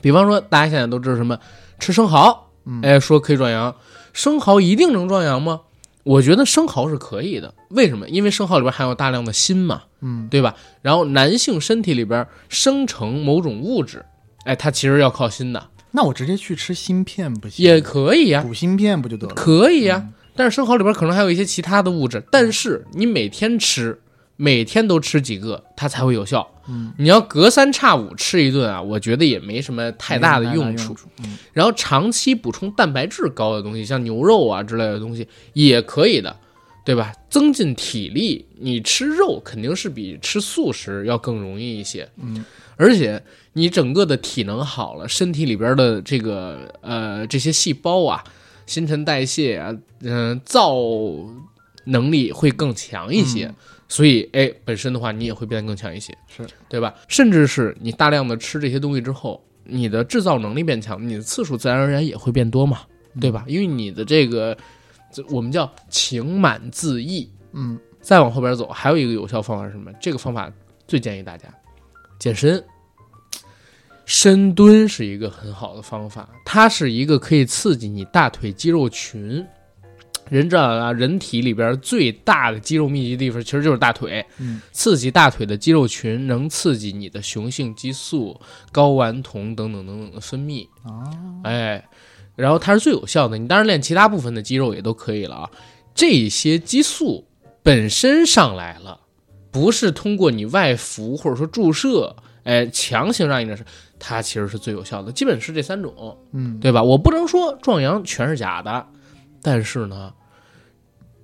Speaker 4: 比方说大家现在都知道什么吃生蚝，
Speaker 5: 嗯
Speaker 4: 哎，说可以壮阳，生蚝一定能壮阳吗？我觉得生蚝是可以的，为什么？因为生蚝里边含有大量的锌嘛，
Speaker 5: 嗯
Speaker 4: 对吧？然后男性身体里边生成某种物质，哎，它其实要靠锌的，
Speaker 5: 那我直接去吃芯片不行？
Speaker 4: 也可以啊呀、
Speaker 5: 补芯片不就得了？嗯
Speaker 4: 可以呀、啊但是生蚝里边可能还有一些其他的物质，但是你每天吃，每天都吃几个，它才会有效。
Speaker 5: 嗯，
Speaker 4: 你要隔三差五吃一顿啊，我觉得也没什么太大的
Speaker 5: 没什么太大
Speaker 4: 处。
Speaker 5: 处，嗯
Speaker 4: 然后长期补充蛋白质高的东西，像牛肉啊之类的东西也可以的，对吧？增进体力，你吃肉肯定是比吃素食要更容易一些。
Speaker 5: 嗯，
Speaker 4: 而且你整个的体能好了，身体里边的这个呃这些细胞啊，新陈代谢啊，嗯、造能力会更强一些。所以，哎，本身的话，你也会变得更强一些，
Speaker 5: 是
Speaker 4: 对吧？甚至是你大量的吃这些东西之后，你的制造能力变强，你的次数自然而然也会变多嘛，对吧？因为你的这个，这我们叫情满自溢。
Speaker 5: 嗯
Speaker 4: 再往后边走，还有一个有效方法是什么？这个方法最建议大家健身。深蹲是一个很好的方法，它是一个可以刺激你大腿肌肉群。人知道啊，人体里边最大的肌肉密集地方其实就是大腿，
Speaker 5: 嗯
Speaker 4: 刺激大腿的肌肉群能刺激你的雄性激素、睾丸酮等等等等的分泌。
Speaker 5: 啊
Speaker 4: 哎，然后它是最有效的。你当然练其他部分的肌肉也都可以了啊。这些激素本身上来了，不是通过你外服或者说注射，哎，强行让你这是，它其实是最有效的。基本是这三种，
Speaker 5: 嗯
Speaker 4: 对吧？我不能说壮阳全是假的，但是呢。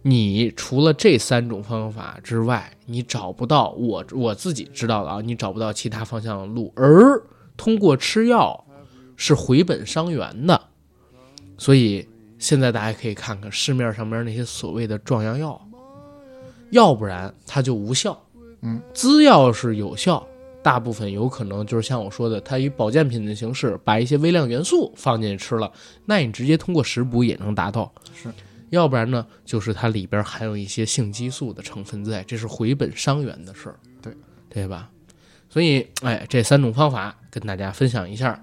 Speaker 4: 你除了这三种方法之外，你找不到我我自己知道的啊，你找不到其他方向的路。而通过吃药是回本伤元的，所以现在大家可以看看市面上面那些所谓的壮阳药，要不然它就无效。
Speaker 5: 嗯，
Speaker 4: 资药是有效，大部分有可能就是像我说的，它以保健品的形式把一些微量元素放进去吃了，那你直接通过食补也能达到。
Speaker 5: 是，
Speaker 4: 要不然呢，就是它里边含有一些性激素的成分在，这是回本伤元的事儿。
Speaker 5: 对，
Speaker 4: 对吧？所以，哎，这三种方法跟大家分享一下。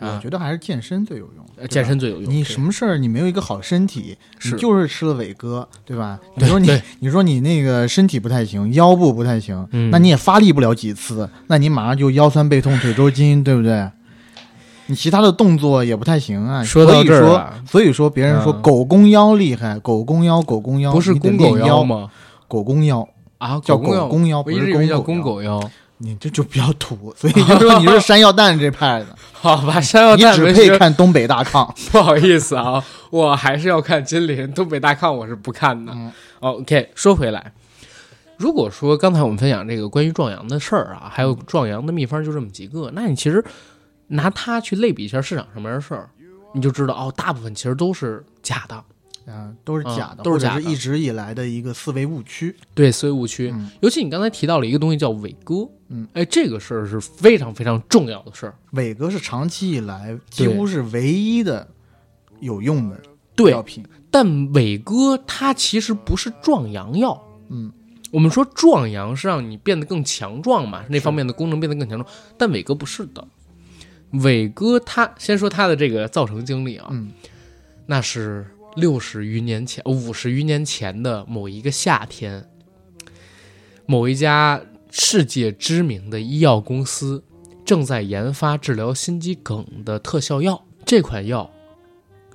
Speaker 4: 啊
Speaker 5: 我觉得还是健身最有用。
Speaker 4: 呃健身最有用。
Speaker 5: 你
Speaker 4: 对
Speaker 5: 什么事儿你没有一个好身体，你
Speaker 4: 是
Speaker 5: 就是吃了伟哥，对吧？你
Speaker 4: 对
Speaker 5: 说你
Speaker 4: 对
Speaker 5: 你说你那个身体不太行，腰部不太行，
Speaker 4: 嗯
Speaker 5: 那你也发力不了几次，那你马上就腰酸背痛、腿抽筋，对不对？你其他的动作也不太行啊。
Speaker 4: 说到这儿
Speaker 5: 所以
Speaker 4: 啊
Speaker 5: 说，所以说别人说
Speaker 4: 嗯
Speaker 5: 狗公腰厉害，狗公腰，狗公腰，
Speaker 4: 不是
Speaker 5: 你得
Speaker 4: 公狗
Speaker 5: 练
Speaker 4: 腰？吗？
Speaker 5: 狗公腰，
Speaker 4: 啊，
Speaker 5: 叫
Speaker 4: 狗
Speaker 5: 狗公腰
Speaker 4: 我
Speaker 5: 不
Speaker 4: 一
Speaker 5: 是
Speaker 4: 直以为叫
Speaker 5: 公
Speaker 4: 公
Speaker 5: 狗
Speaker 4: 狗腰。
Speaker 5: 你这就比较土，所以就 说你是山药蛋这派的，
Speaker 4: 好吧，山药
Speaker 5: 你
Speaker 4: 哦蛋
Speaker 5: 只
Speaker 4: 文
Speaker 5: 配
Speaker 4: 学，
Speaker 5: 看东北大炕。
Speaker 4: 不好意思啊，我还是要看金陵东北大炕，我是不看的。
Speaker 5: 嗯
Speaker 4: OK，说回来，如果说刚才我们分享这个关于壮阳的事儿啊，还有壮阳的秘方就这么几个，那你其实拿它去类比一下市场上面的事儿，你就知道哦，大部分其实都是假的。
Speaker 5: 啊，都是假的，
Speaker 4: 嗯都是假的
Speaker 5: 或者一直以来的一个思维误区。
Speaker 4: 对思维误区。
Speaker 5: 嗯
Speaker 4: 尤其你刚才提到了一个东西叫伟哥，
Speaker 5: 嗯，
Speaker 4: 哎，这个事儿是非常非常重要的事儿。
Speaker 5: 伟哥是长期以来几乎是唯一的有用的
Speaker 4: 对
Speaker 5: 药，品。
Speaker 4: 但伟哥它其实不是壮阳药。
Speaker 5: 嗯，
Speaker 4: 我们说壮阳是让你变得更强壮嘛，那方面的功能变得更强壮，但伟哥不是的。伟哥他先说他的这个造成经历啊，
Speaker 5: 嗯
Speaker 4: 那是六十余年前、哦五十余年前的某一个夏天，某一家世界知名的医药公司正在研发治疗心肌梗的特效药。这款药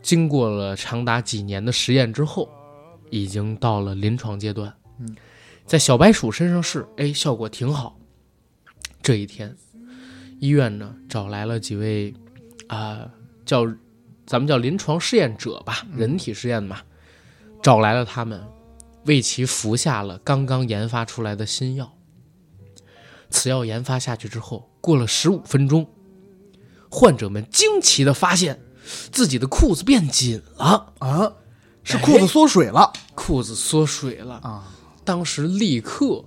Speaker 4: 经过了长达几年的实验之后，已经到了临床阶段。
Speaker 5: 嗯，
Speaker 4: 在小白鼠身上试，哎，效果挺好。这一天，医院呢找来了几位啊、叫咱们叫临床试验者吧，人体试验嘛，找来了他们，为其服下了刚刚研发出来的新药。此药研发下去之后，过了十五分钟，患者们惊奇的发现自己的裤子变紧了，
Speaker 5: 啊，是
Speaker 4: 哎
Speaker 5: 裤子缩水了、
Speaker 4: 裤子缩水了。
Speaker 5: 啊！
Speaker 4: 当时立刻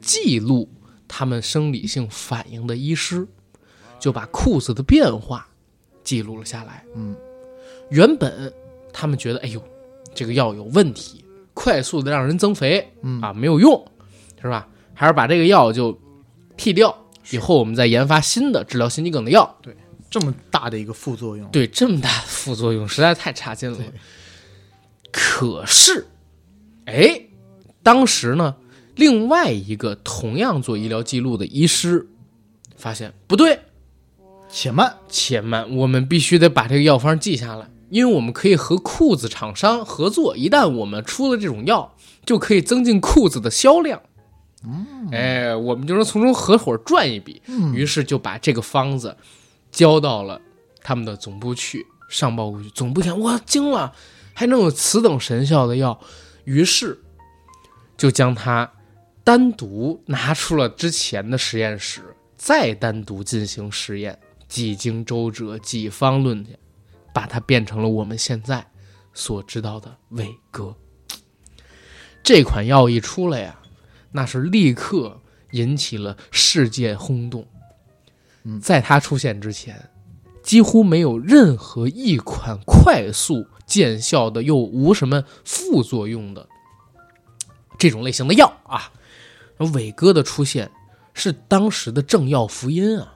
Speaker 4: 记录他们生理性反应的医师，就把裤子的变化记录了下来。
Speaker 5: 嗯，
Speaker 4: 原本他们觉得，哎呦，这个药有问题，快速的让人增肥，
Speaker 5: 嗯
Speaker 4: 啊，没有用，是吧？还是把这个药就替掉，以后我们再研发新的治疗心肌梗的药。
Speaker 5: 这么大的一个副作用，
Speaker 4: 对，这么大的副作用实在太差劲了。可是，哎，当时呢，另外一个同样做医疗记录的医师发现不对，
Speaker 5: 且慢，
Speaker 4: 且慢，我们必须得把这个药方记下来，因为我们可以和裤子厂商合作，一旦我们出了这种药，就可以增进裤子的销量。哎，我们就能从中合伙赚一笔。于是就把这个方子交到了他们的总部去，上报过去。总部一看，哇，惊了，还能有此等神效的药，于是就将它单独拿出了之前的实验室，再单独进行实验。几经周折，几方论点，把它变成了我们现在所知道的伟哥。这款药一出来呀、那是立刻引起了世界轰动。
Speaker 5: 嗯
Speaker 4: 在它出现之前，几乎没有任何一款快速见效的又无什么副作用的这种类型的药啊。而伟哥的出现是当时的政要福音啊。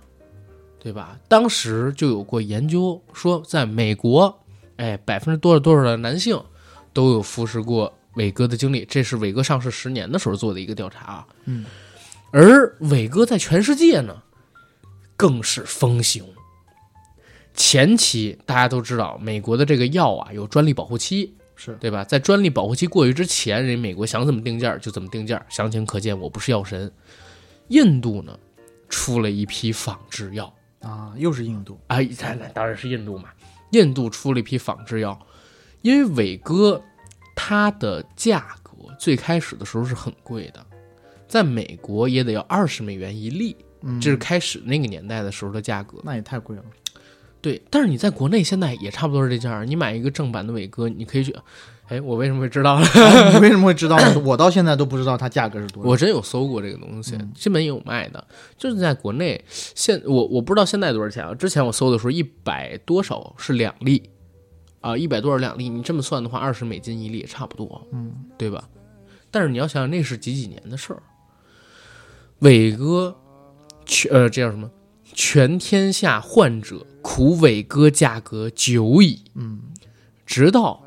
Speaker 4: 对吧？当时就有过研究说，在美国，哎，百分之多少多少的男性都有服食过伟哥的经历，这是伟哥上市十年的时候做的一个调查啊。
Speaker 5: 嗯，
Speaker 4: 而伟哥在全世界呢，更是风行。前期大家都知道，美国的这个药啊有专利保护期，
Speaker 5: 是
Speaker 4: 对吧？在专利保护期过于之前，人美国想怎么定价就怎么定价，详情可见。我不是药神。印度呢，出了一批仿制药。
Speaker 5: 啊，又是印度，
Speaker 4: 啊，那那当然是印度嘛。印度出了一批仿制药，因为伟哥它的价格最开始的时候是很贵的，在美国也得要二十美元一粒，
Speaker 5: 嗯，
Speaker 4: 这是开始那个年代的时候的价格。
Speaker 5: 那也 太贵了，
Speaker 4: 对，但是你在国内现在也差不多是这价儿。你买一个正版的伟哥，你可以去，哎，我为什么会知道呢？
Speaker 5: 哎你为什么会知道呢？我到现在都不知道它价格是多少。嗯
Speaker 4: 我真有搜过这个东西，这本也有卖的，就是在国内现我我不知道现在多少钱啊。之前我搜的时候一百多少是两粒，啊、一百多少两粒，你这么算的话，二十美金一粒也差不多，
Speaker 5: 嗯，
Speaker 4: 对吧？但是你要想想，那是几几年的事儿。伟哥，全呃，这叫什么？全天下患者苦伟哥价格久矣。嗯，直到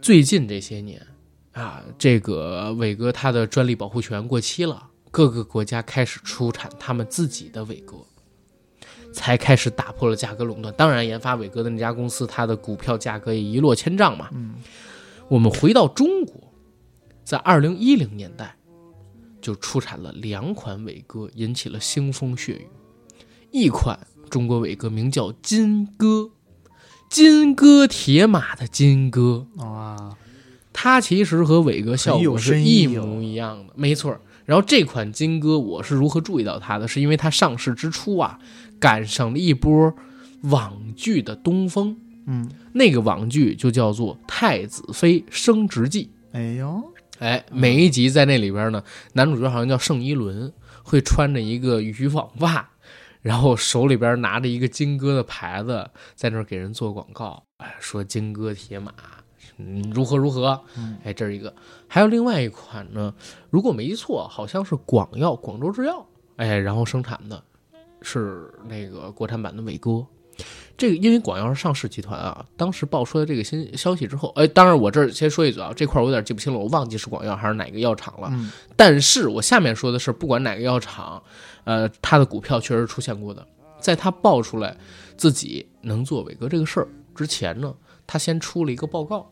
Speaker 4: 最近这些年啊，这个伟哥他的专利保护权过期了，各个国家开始出产他们自己的伟哥，才开始打破了价格垄断。当然，研发伟哥的那家公司，它的股票价格也一落千丈嘛。嗯，我们回到中国，在二零一零年代。就出产了两款伟哥，引起了腥风血雨。一款中国伟哥名叫金戈，金戈铁马的金戈，
Speaker 5: 哇，
Speaker 4: 它其实和伟哥效
Speaker 5: 很有
Speaker 4: 果是
Speaker 5: 深
Speaker 4: 一
Speaker 5: 意哦
Speaker 4: 模一样的，没错儿。然后这款金戈我是如何注意到它的？是因为它上市之初啊，赶上了一波网剧的东风，
Speaker 5: 嗯，
Speaker 4: 那个网剧就叫做《太子妃升职记》。
Speaker 5: 哎呦，
Speaker 4: 哎，
Speaker 5: 嗯
Speaker 4: 每一集在那里边呢，男主角好像叫圣依伦，会穿着一个渔网袜，然后手里边拿着一个金戈的牌子，在那儿给人做广告，哎，说金戈铁马，嗯，如何如何，哎，这是一个。还有另外一款呢，如果没错，好像是广药广州制药，哎，然后生产的是那个国产版的伟哥。这个因为广药是上市集团啊，当时爆出来这个新消息之后，哎，当然我这儿先说一嘴啊，这块儿我有点记不清了，我忘记是广药还是哪个药厂了。
Speaker 5: 嗯
Speaker 4: 但是我下面说的是，不管哪个药厂，呃，它的股票确实出现过的。在它爆出来自己能做伟哥这个事儿之前呢，他先出了一个报告，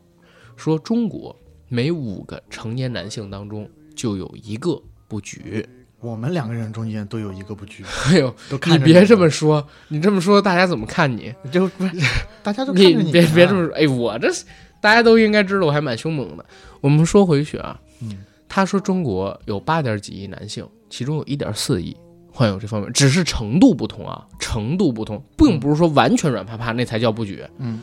Speaker 4: 说中国每五个成年男性当中就有一个不举。
Speaker 5: 我们两个人中间都有一个不拘，
Speaker 4: 哎呦，
Speaker 5: 都看
Speaker 4: 你
Speaker 5: 着
Speaker 4: 别
Speaker 5: 你
Speaker 4: 这么说，你这么说大家怎么看你？
Speaker 5: 就不 是大家都看
Speaker 4: 你
Speaker 5: 着你啊
Speaker 4: 别
Speaker 5: 呢
Speaker 4: 别这么说，哎，我这大家都应该知道，我还蛮凶猛的。我们说回去啊，
Speaker 5: 嗯
Speaker 4: 他说中国有八点几亿男性，其中有一点四亿患有这方面，只是程度不同啊，程度不同，并不是说完全软趴趴那才叫不举。
Speaker 5: 嗯，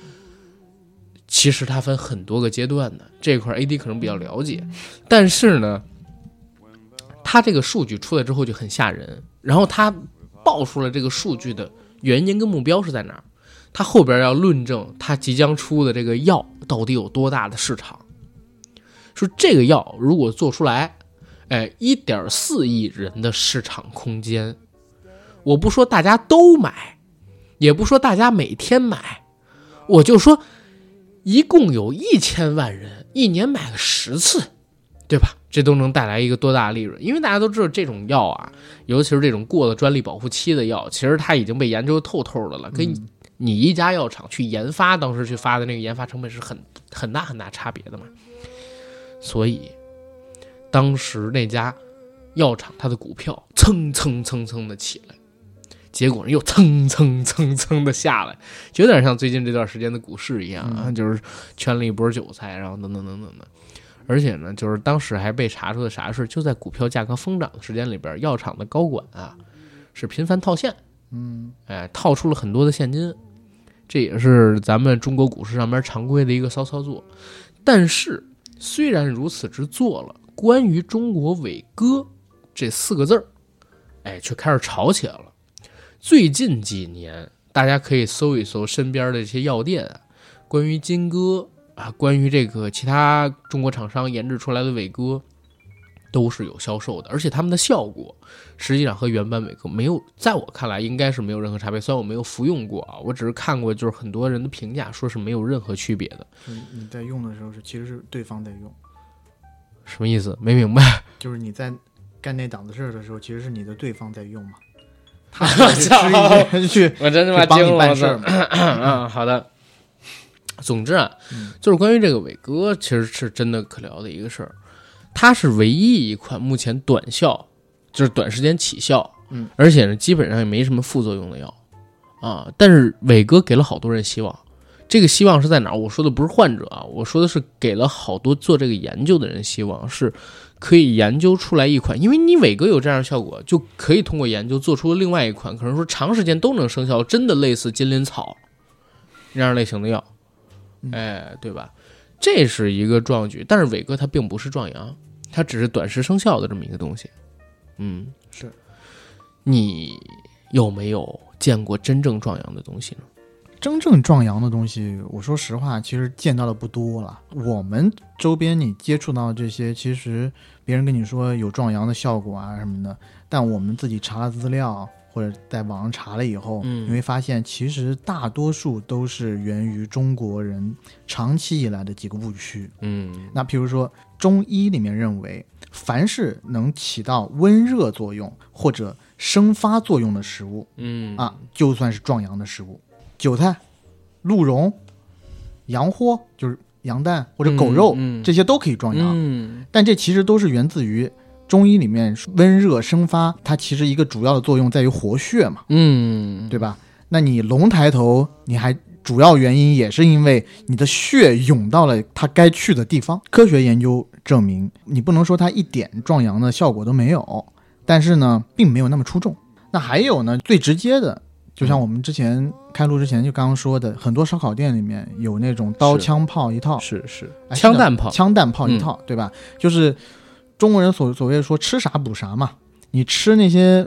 Speaker 4: 其实它分很多个阶段的，这块儿 AD 可能比较了解，
Speaker 5: 嗯
Speaker 4: 但是呢，它这个数据出来之后就很吓人，然后它爆出了这个数据的原因跟目标是在哪儿？它后边要论证它即将出的这个药到底有多大的市场。说这个药如果做出来，哎，一点四亿人的市场空间，我不说大家都买，也不说大家每天买，我就说一共有一千万人一年买个十次，对吧？这都能带来一个多大的利润？因为大家都知道这种药啊，尤其是这种过了专利保护期的药，其实它已经被研究透透的了，跟你一家药厂去研发，当时去发的那个研发成本是很很大很大差别的嘛。所以，当时那家药厂它的股票蹭蹭蹭蹭的起来，结果又蹭蹭蹭蹭的下来，就有点像最近这段时间的股市一样啊，就是圈了一波韭菜，然后等等等等的。而且呢，就是当时还被查出的啥事，就在股票价格疯涨的时间里边，药厂的高管啊是频繁套现，嗯，哎，套出了很多的现金，这也是咱们中国股市上面常规的一个骚操作。但是虽然如此之做了，关于中国伟哥这四个字儿，哎，却开始吵起来了。最近几年，大家可以搜一搜身边的这些药店啊，关于金戈啊，关于这个其他中国厂商研制出来的伟哥，都是有销售的，而且他们的效果实际上和原版伟哥没有，在我看来应该是没有任何差别。虽然我没有服用过啊，我只是看过，就是很多人的评价说是没有任何区别的，
Speaker 5: 是你在用的时候是其实是对方在用，
Speaker 4: 什么意思？没明白。
Speaker 5: 就是你在干那档子事儿的时候，其实是你的对方 在用嘛。
Speaker 4: 他
Speaker 5: 吃一些 去
Speaker 4: 我真他妈
Speaker 5: 去帮
Speaker 4: 惊
Speaker 5: 你
Speaker 4: 了！
Speaker 5: 办
Speaker 4: 我
Speaker 5: 事
Speaker 4: 操
Speaker 5: 儿
Speaker 4: 嗯，好的。总之啊，就是关于这个伟哥，其实是真的可聊的一个事儿。它是唯一一款目前短效，就是短时间起效，
Speaker 5: 嗯，
Speaker 4: 而且呢，基本上也没什么副作用的药啊。但是伟哥给了好多人希望，这个希望是在哪儿？我说的不是患者啊，我说的是给了好多做这个研究的人希望，是可以研究出来一款，因为你伟哥有这样的效果，就可以通过研究做出另外一款，可能说长时间都能生效，真的类似金鳞草那样类型的药，
Speaker 5: 嗯
Speaker 4: 哎，对吧？这是一个壮举，但是伟哥他并不是壮阳，他只是短时生效的这么一个东西。嗯，
Speaker 5: 是。
Speaker 4: 你有没有见过真正壮阳的东西呢？
Speaker 5: 真正壮阳的东西，我说实话，其实见到的不多了。我们周边你接触到这些，其实别人跟你说有壮阳的效果啊什么的，但我们自己查了资料，或者在网上查了以后，
Speaker 4: 嗯
Speaker 5: 你会发现其实大多数都是源于中国人长期以来的几个误区。
Speaker 4: 嗯
Speaker 5: 那比如说中医里面认为，凡是能起到温热作用或者生发作用的食物
Speaker 4: 嗯
Speaker 5: 啊，就算是壮阳的食物，韭菜、鹿茸、羊藿，就是羊蛋或者狗肉，
Speaker 4: 嗯嗯
Speaker 5: 这些都可以壮阳。
Speaker 4: 嗯
Speaker 5: 但这其实都是源自于中医里面温热生发，它其实一个主要的作用在于活血嘛，
Speaker 4: 嗯，
Speaker 5: 对吧？那你龙抬头，你还主要原因也是因为你的血涌到了它该去的地方。科学研究证明，你不能说它一点壮阳的效果都没有，但是呢，并没有那么出众。那还有呢，最直接的，就
Speaker 4: 嗯
Speaker 5: 像我们之前开录之前就刚刚说的，很多烧烤店里面有那种刀
Speaker 4: 是
Speaker 5: 枪炮一套，
Speaker 4: 是是
Speaker 5: 哎
Speaker 4: 枪
Speaker 5: 是的
Speaker 4: 弹炮，嗯
Speaker 5: 枪弹炮一套，对吧？就是中国人所所谓说吃啥补啥嘛，你吃那些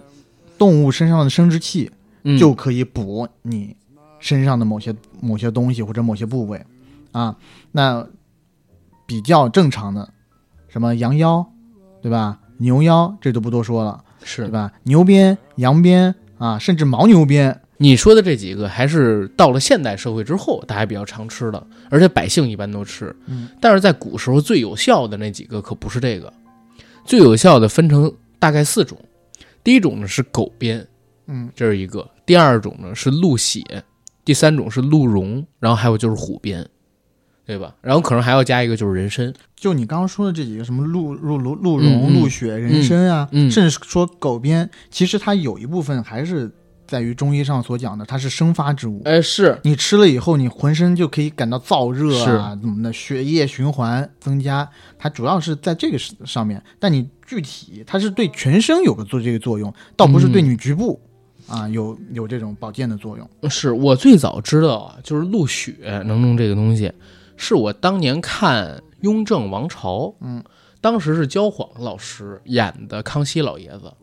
Speaker 5: 动物身上的生殖器，
Speaker 4: 嗯
Speaker 5: 就可以补你身上的某些某些东西或者某些部位啊。那比较正常的，什么羊腰，对吧？牛腰这就不多说了，对
Speaker 4: 是
Speaker 5: 吧？牛鞭、羊鞭啊，甚至牦牛鞭，
Speaker 4: 你说的这几个，还是到了现代社会之后，大家比较常吃的，而且百姓一般都吃。
Speaker 5: 嗯，
Speaker 4: 但是在古时候最有效的那几个可不是这个，最有效的分成大概四种。第一种呢是狗鞭，
Speaker 5: 嗯，
Speaker 4: 这是一个；第二种呢是鹿血；第三种是鹿茸，然后还有就是虎鞭，对吧？然后可能还要加一个就是人参。
Speaker 5: 就你刚刚说的这几个什么鹿鹿鹿鹿
Speaker 4: 嗯
Speaker 5: 茸、
Speaker 4: 嗯
Speaker 5: 鹿血、人参啊，
Speaker 4: 嗯嗯
Speaker 5: 甚至说狗鞭，其实它有一部分还是在于中医上所讲的，它是生发之物。
Speaker 4: 哎，是
Speaker 5: 你吃了以后，你浑身就可以感到燥热啊，怎么的，血液循环增加，它主要是在这个上面。但你具体它是对全身有个做这个作用，倒不是对你局部、
Speaker 4: 嗯
Speaker 5: 啊有有这种保健的作用。
Speaker 4: 是我最早知道啊，就是鹿血能弄这个东西，是我当年看《雍正王朝》，
Speaker 5: 嗯，
Speaker 4: 当时是焦晃老师演的康熙老爷子，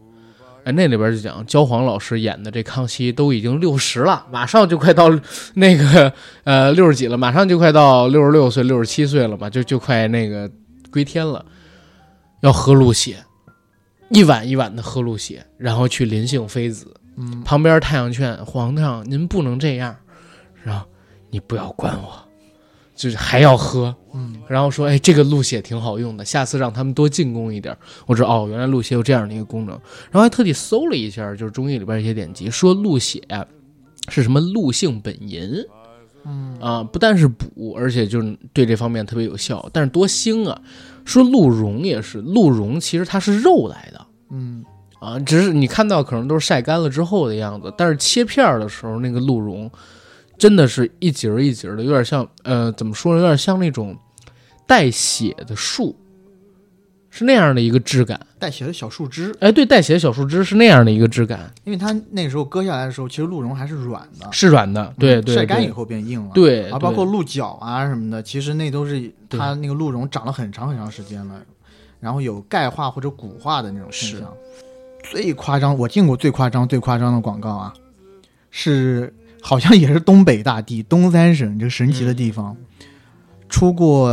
Speaker 4: 哎，那里边就讲焦晃老师演的这康熙都已经六十了，马上就快到那个呃六十几了，马上就快到六十六岁、六十七岁了嘛，就就快那个归天了，要喝鹿血，一碗一碗的喝鹿血，然后去临幸妃子。
Speaker 5: 嗯，
Speaker 4: 旁边太阳劝皇上：“您不能这样。”然后你不要管我，就是还要喝。
Speaker 5: 嗯，
Speaker 4: 然后说：“哎，这个鹿血挺好用的，下次让他们多进贡一点儿。”我知道哦，原来鹿血有这样的一个功能。然后还特地搜了一下，就是中医里边一些典籍，说鹿血啊是什么鹿性本淫。嗯啊，不但是补，而且就是对这方面特别有效。但是多腥啊！说鹿茸也是，鹿茸其实它是肉来的，
Speaker 5: 嗯，
Speaker 4: 啊，只是你看到可能都是晒干了之后的样子，但是切片儿的时候那个鹿茸，真的是一节儿一节儿的，有点像呃，怎么说呢，有点像那种带血的树，是那样的一个质感。
Speaker 5: 带血的小树枝，
Speaker 4: 哎，对，带血的小树枝是那样的一个质感，
Speaker 5: 因为它那时候割下来的时候，其实鹿茸还是软的，
Speaker 4: 是软的，对对，
Speaker 5: 啊嗯晒干
Speaker 4: 对
Speaker 5: 以后变硬了。
Speaker 4: 对，
Speaker 5: 啊，包括
Speaker 4: 对
Speaker 5: 鹿角啊什么的，其实那都是
Speaker 4: 对
Speaker 5: 它那个鹿茸长了很长很长时间了，然后有钙化或者骨化的那种现象。最夸张，我见过最夸张、最夸张的广告啊，是好像也是东北大地东三省这个神奇的地方，
Speaker 4: 嗯
Speaker 5: 出过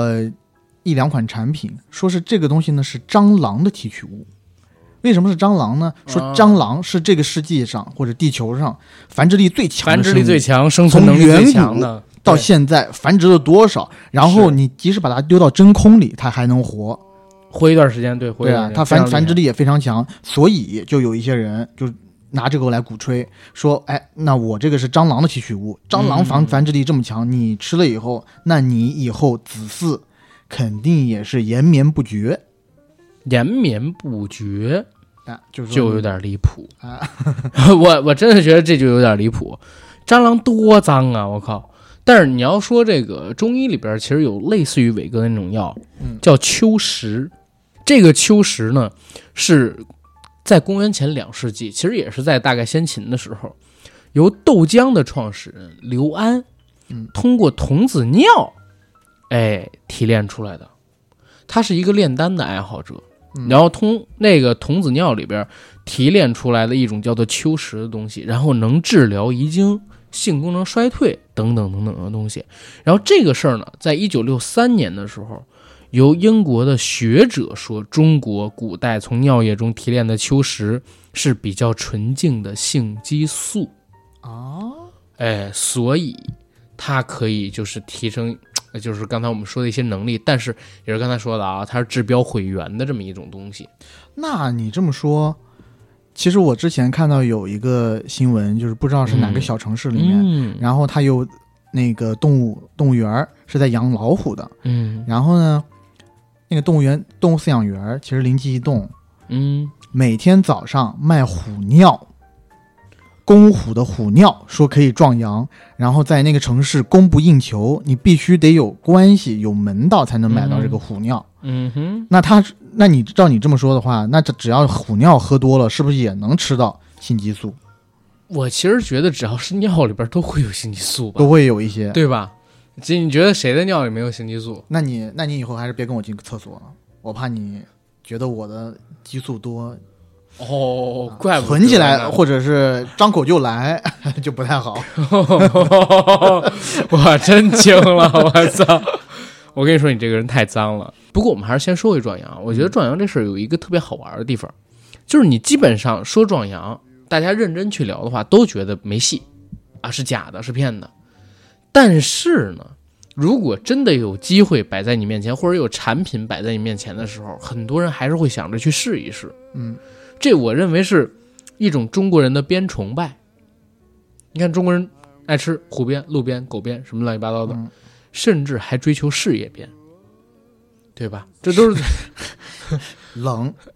Speaker 5: 一两款产品，说是这个东西呢是蟑螂的提取物。为什么是蟑螂呢？说
Speaker 4: 啊
Speaker 5: 蟑螂是这个世界上或者地球上繁殖力最强
Speaker 4: 繁
Speaker 5: 的
Speaker 4: 殖力
Speaker 5: 生物
Speaker 4: 最强、生存能力
Speaker 5: 从远
Speaker 4: 最
Speaker 5: 古
Speaker 4: 强的，
Speaker 5: 到
Speaker 4: 对
Speaker 5: 现在繁殖了多少？然后
Speaker 4: 是
Speaker 5: 你即使把它丢到真空里，它还能活，
Speaker 4: 活一段时间，对，活一
Speaker 5: 对
Speaker 4: 段时
Speaker 5: 啊，
Speaker 4: 间
Speaker 5: 它
Speaker 4: 非常厉
Speaker 5: 繁繁殖
Speaker 4: 害
Speaker 5: 力也非常强，所以就有一些人就拿这个来鼓吹，说，哎，那我这个是蟑螂的提取物，蟑螂繁
Speaker 4: 嗯
Speaker 5: 繁殖力这么强，你吃了以后，那你以后子嗣肯定也是延绵不绝
Speaker 4: 延绵不绝，
Speaker 5: 啊，就是说
Speaker 4: 就有
Speaker 5: 你
Speaker 4: 点离谱。
Speaker 5: 啊，
Speaker 4: 我我真的觉得这就有点离谱，蟑螂多脏啊！我靠！但是你要说这个中医里边其实有类似于伟哥的那种药，
Speaker 5: 嗯
Speaker 4: 叫秋实。这个秋实呢是在公元前两世纪，其实也是在大概先秦的时候，由豆浆的创始人刘安
Speaker 5: 嗯
Speaker 4: 通过童子尿，哎提炼出来的。他是一个炼丹的爱好者，
Speaker 5: 嗯
Speaker 4: 然后通那个童子尿里边提炼出来的一种叫做秋实的东西，然后能治疗遗精、性功能衰退等等等等的东西。然后这个事儿呢，在一九六三年的时候，由英国的学者说，中国古代从尿液中提炼的秋实是比较纯净的性激素，
Speaker 5: 哦，
Speaker 4: 哎，所以它可以就是提升，呃就是刚才我们说的一些能力，但是也是刚才说的啊，它是治标毁源的这么一种东西。
Speaker 5: 那你这么说，其实我之前看到有一个新闻，就是不知道是哪个
Speaker 4: 嗯
Speaker 5: 小城市里面，嗯然后它有那个动物动物园儿是在养老虎的，
Speaker 4: 嗯
Speaker 5: 然后呢，那个动物园动物饲养员儿其实灵机一动，
Speaker 4: 嗯，
Speaker 5: 每天早上卖虎尿，公虎的虎尿，说可以壮阳，然后在那个城市供不应求，你必须得有关系、有门道才能买到这个虎尿。
Speaker 4: 嗯哼，
Speaker 5: 那他，那你照你这么说的话，那这只要虎尿喝多了，是不是也能吃到性激素？
Speaker 4: 我其实觉得只要是尿里边都会有性激素吧
Speaker 5: 都，会有一些。
Speaker 4: 对吧？这你觉得谁的尿里没有性激素？
Speaker 5: 那你，那你以后还是别跟我进厕所了，我怕你觉得我的激素多，
Speaker 4: 哦，怪不得
Speaker 5: 存起来，
Speaker 4: 呢
Speaker 5: 或者是张口就来， 就不太好。
Speaker 4: 我真惊了，我操！我跟你说，你这个人太脏了。不过我们还是先说回壮阳。我觉得壮阳这事儿有一个特别好玩的地方，就是你基本上说壮阳，大家认真去聊的话，都觉得没戏啊，是假的，是骗的。但是呢，如果真的有机会摆在你面前，或者有产品摆在你面前的时候，很多人还是会想着去试一试。
Speaker 5: 嗯，
Speaker 4: 这我认为是一种中国人的边崇拜。你看中国人爱吃湖边、路边、狗边什么乱七八糟的，
Speaker 5: 嗯
Speaker 4: 甚至还追求事业边，对吧？这都是
Speaker 5: 冷，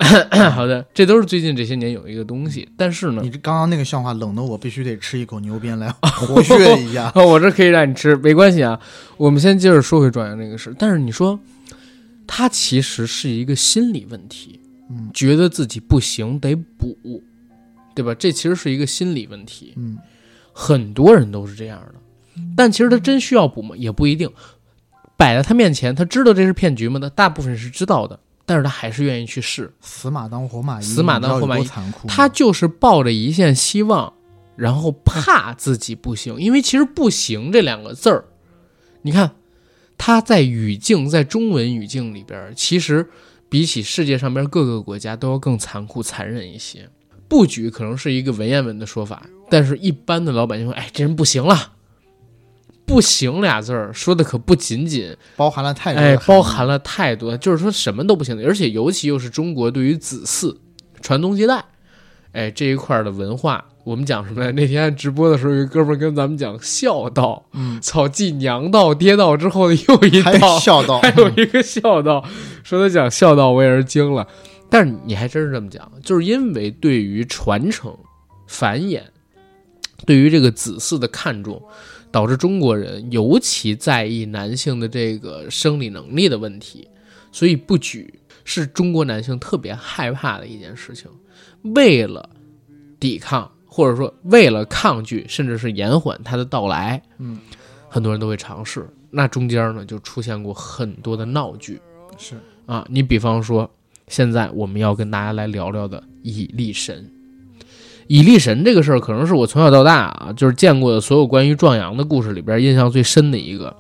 Speaker 4: 好的，这都是最近这些年有一个东西。但是呢
Speaker 5: 你，这刚刚那个笑话冷的我必须得吃一口牛鞭 来活血一下。
Speaker 4: 我这可以让你吃，没关系啊。我们先接着说回壮阳这个事儿。但是你说，它其实是一个心理问题，
Speaker 5: 嗯
Speaker 4: 觉得自己不行得补，对吧？这其实是一个心理问题。
Speaker 5: 嗯，
Speaker 4: 很多人都是这样的。但其实他真需要补吗？也不一定。摆在他面前，他知道这是骗局吗？他大部分是知道的，但是他还是愿意去试。
Speaker 5: 死马当活马医，
Speaker 4: 死马当活马医
Speaker 5: 你知道有多残酷吗。
Speaker 4: 他就是抱着一线希望，然后怕自己不行，因为其实“不行”这两个字儿，你看他在语境，在中文语境里边儿，其实比起世界上边各个国家都要更残酷、残忍一些。不举可能是一个文言文的说法，但是一般的老百姓说：“哎，这人不行了。”“不行”俩字儿说的可不仅仅
Speaker 5: 包含了太多的
Speaker 4: 哎，
Speaker 5: 含义
Speaker 4: 包含了太多，就是说什么都不行的，而且尤其又是中国对于子嗣、传宗接代，哎这一块儿的文化，我们讲什么呀？那天直播的时候，有一哥们儿跟咱们讲孝道，
Speaker 5: 嗯
Speaker 4: 操，继娘道、爹道之后的又一
Speaker 5: 还有
Speaker 4: 道，
Speaker 5: 孝 道
Speaker 4: 还，有一个孝道，说他讲孝道，我也是惊了。但是你还真是这么讲，就是因为对于传承、繁衍，对于这个子嗣的看重，导致中国人尤其在意男性的这个生理能力的问题，所以不举是中国男性特别害怕的一件事情。为了抵抗，或者说为了抗拒，甚至是延缓它的到来，
Speaker 5: 嗯，
Speaker 4: 很多人都会尝试。那中间呢，就出现过很多的闹剧
Speaker 5: 是
Speaker 4: 啊。你比方说，现在我们要跟大家来聊聊的以力神。以力神这个事儿，可能是我从小到大啊，就是见过的所有关于壮阳的故事里边印象最深的一个。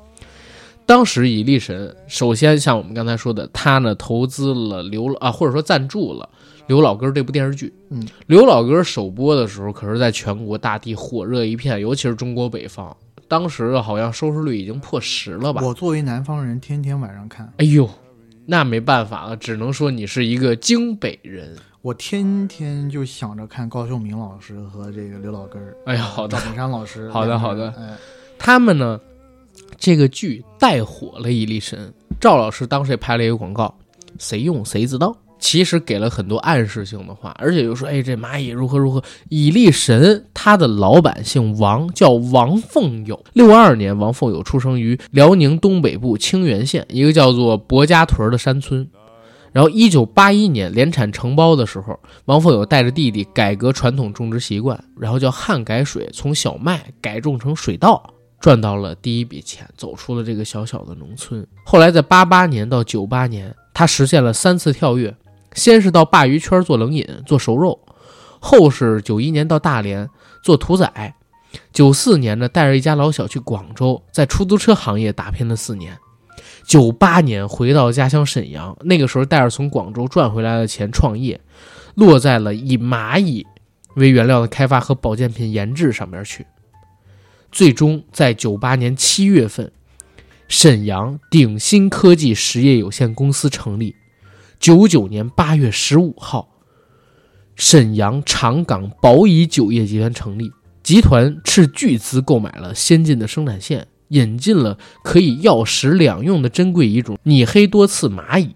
Speaker 4: 当时以力神，首先像我们刚才说的，他呢投资了刘啊，或者说赞助了刘老根儿这部电视剧。
Speaker 5: 嗯，
Speaker 4: 刘老根儿首播的时候，可是在全国大地火热一片，尤其是中国北方，当时好像收视率已经破十了吧？
Speaker 5: 我作为南方人，天天晚上看，
Speaker 4: 哎呦，那没办法了，只能说你是一个京北人。
Speaker 5: 我天天就想着看高秀敏老师和这个刘老根儿、
Speaker 4: 哎呀，好
Speaker 5: 赵
Speaker 4: 的，
Speaker 5: 本山老师。
Speaker 4: 好的
Speaker 5: 两个
Speaker 4: 好
Speaker 5: 人
Speaker 4: 的
Speaker 5: 哎，
Speaker 4: 他们呢，这个剧带火了一粒神。赵老师当时也拍了一个广告，谁用谁知道。其实给了很多暗示性的话，而且又说，哎，这蚂蚁如何如何。蚁力神他的老板姓王，叫王凤友。六二年，王凤友出生于辽宁东北部清源县一个叫做薄家屯的山村。然后，一九八一年联产承包的时候，王凤友带着弟弟改革传统种植习惯，然后叫旱改水，从小麦改种成水稻，赚到了第一笔钱，走出了这个小小的农村。后来在八八年到九八年，他实现了三次跳跃，先是到鲅鱼圈做冷饮、做熟肉，后是九一年到大连做屠宰，九四年呢带着一家老小去广州，在出租车行业打拼了四年。九八年回到家乡沈阳，那个时候带着从广州赚回来的钱创业，落在了以蚂蚁为原料的开发和保健品研制上面去。最终在九八年七月份，沈阳鼎新科技实业有限公司成立。九九年八月十五号，沈阳长港宝乙酒业集团成立。集团斥巨资购买了先进的生产线，引进了可以药食两用的珍贵乙种拟黑多刺蚂蚁，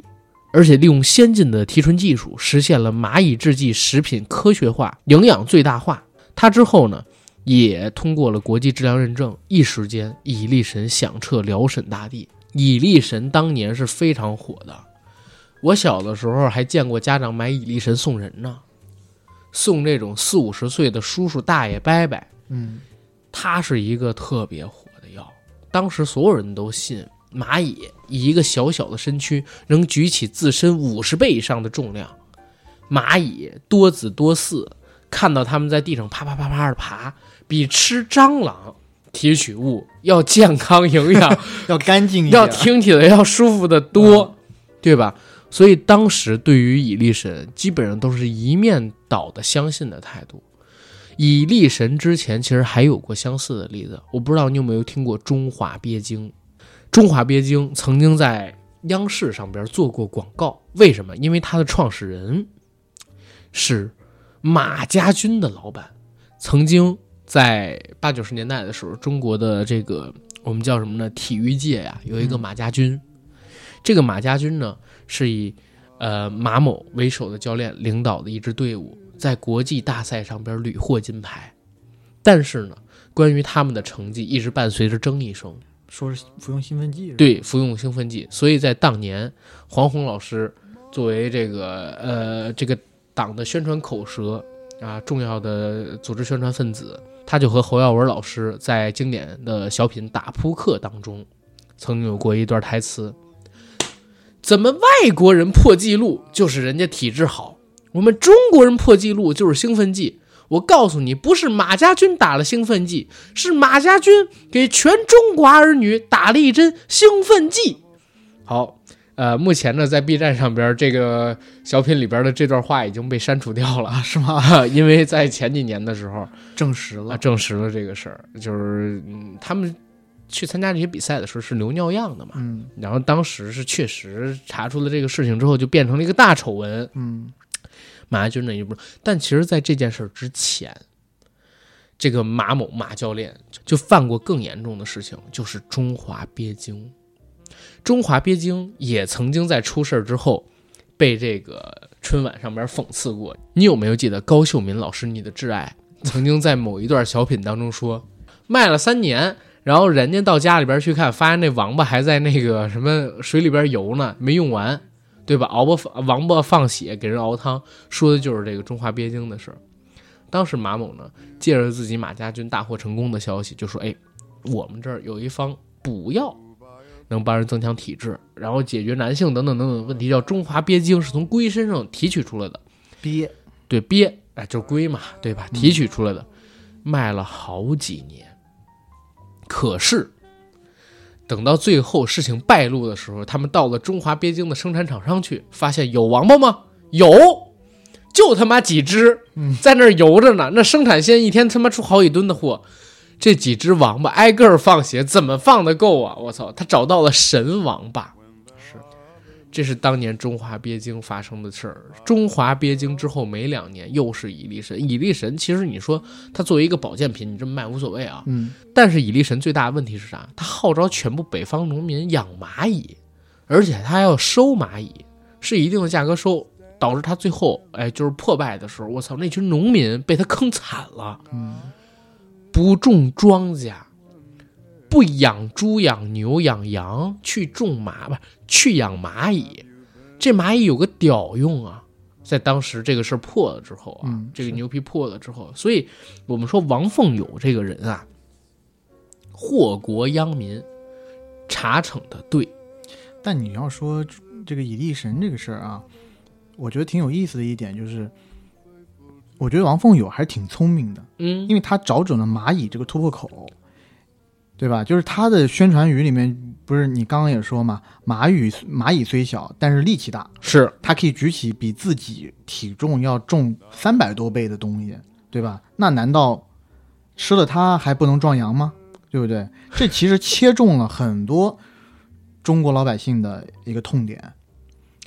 Speaker 4: 而且利用先进的提纯技术，实现了蚂蚁制剂食品科学化、营养最大化。它之后呢，也通过了国际质量认证，一时间蚁力神响彻辽沈大地。蚁力神当年是非常火的，我小的时候还见过家长买蚁力神送人呢。送这种四五十岁的叔叔大爷伯伯，
Speaker 5: 嗯，
Speaker 4: 它是一个特别火的药，当时所有人都信蚂蚁以一个小小的身躯能举起自身五十倍以上的重量。蚂蚁多子多嗣，看到它们在地上啪啪啪啪的爬，比吃蟑螂提取物要健康营养，
Speaker 5: 要干净一点，
Speaker 4: 要听起来要舒服的多，对吧？所以当时对于蚁力神，基本上都是一面倒的相信的态度。蚁力神之前其实还有过相似的例子，我不知道你有没有听过中华鳖精。中华鳖精曾经在央视上边做过广告，为什么？因为它的创始人是马家军的老板，曾经在八九十年代的时候，中国的这个我们叫什么呢？体育界呀、有一个马家军。这个马家军呢，是以呃马某为首的教练领导的一支队伍，在国际大赛上边屡获金牌。但是呢，关于他们的成绩一直伴随着争议声。
Speaker 5: 说是服用兴奋剂，，
Speaker 4: 对，服用兴奋剂，所以在当年，黄宏老师作为这个呃这个党的宣传口舌啊，重要的组织宣传分子，他就和侯耀文老师在经典的小品《打扑克》当中，曾经有过一段台词：“怎么外国人破纪录就是人家体质好，我们中国人破纪录就是兴奋剂？”我告诉你，不是马家军打了兴奋剂，是马家军给全中华儿女打了一针兴奋剂。好，呃，目前呢，在 B 站上边儿这个小品里边的这段话已经被删除掉了， 是吗？因为在前几年的时候
Speaker 5: 证实
Speaker 4: 啊，
Speaker 5: 了，
Speaker 4: 证实了这个事儿，就是、嗯他们去参加这些比赛的时候是留尿样的嘛，
Speaker 5: 嗯
Speaker 4: 然后当时是确实查出了这个事情之后，就变成了一个大丑闻。
Speaker 5: 嗯，
Speaker 4: 马家军的一部。但其实，在这件事儿之前，这个马某马教练就犯过更严重的事情，就是中华鳖精。中华鳖精也曾经在出事儿之后，被这个春晚上边讽刺过。你有没有记得高秀敏老师，你的挚爱，曾经在某一段小品当中说，卖了三年。然后人家到家里边去看，发现那王八还在那个什么水里边游呢，没用完，对吧？熬吧，王八放血给人熬汤，说的就是这个中华鳖精的事儿。当时马某呢，借着自己马家军大获成功的消息，就说：“哎，我们这儿有一方补药，能帮人增强体质，然后解决男性等等等等问题，叫中华鳖精，是从龟身上提取出来的。
Speaker 5: 憋，
Speaker 4: 对，鳖，哎，就是龟嘛，对吧？提取出来的，卖了好几年。可是，等到最后事情败露的时候，他们到了中华鳖精的生产厂商去，发现有王八吗？有，就他妈几只，在那儿游着呢。那生产线一天他妈出好几吨的货，这几只王八挨个儿放血，怎么放得够啊？我操！他找到了神王八，这是当年中华鳖精发生的事儿。中华鳖精之后没两年，又是蚁力神。蚁力神其实你说它作为一个保健品，你这么卖无所谓啊。
Speaker 5: 嗯，
Speaker 4: 但是蚁力神最大的问题是啥？它号召全部北方农民养蚂蚁，而且它还要收蚂蚁，是一定的价格收，导致它最后哎就是破败的时候，我操，那群农民被它坑惨了。嗯，不种庄稼。不养猪、养牛、养羊，去种马不是去养蚂蚁。这蚂蚁有个屌用啊！在当时这个事儿破了之后啊，
Speaker 5: 嗯
Speaker 4: 这个牛皮破了之后，所以我们说王凤友这个人啊，祸国殃民，查惩的对，
Speaker 5: 但你要说这个蚁力神这个事儿啊，我觉得挺有意思的一点就是，我觉得王凤友还是挺聪明的，
Speaker 4: 嗯
Speaker 5: 因为他找准了蚂蚁这个突破口，对吧？就是他的宣传语里面不是你刚刚也说嘛，蚂蚁蚂蚁虽小，但是力气大，
Speaker 4: 是
Speaker 5: 它可以举起比自己体重要重三百多倍的东西，对吧？那难道吃了它还不能壮阳吗？对不对？这其实切中了很多中国老百姓的一个痛点，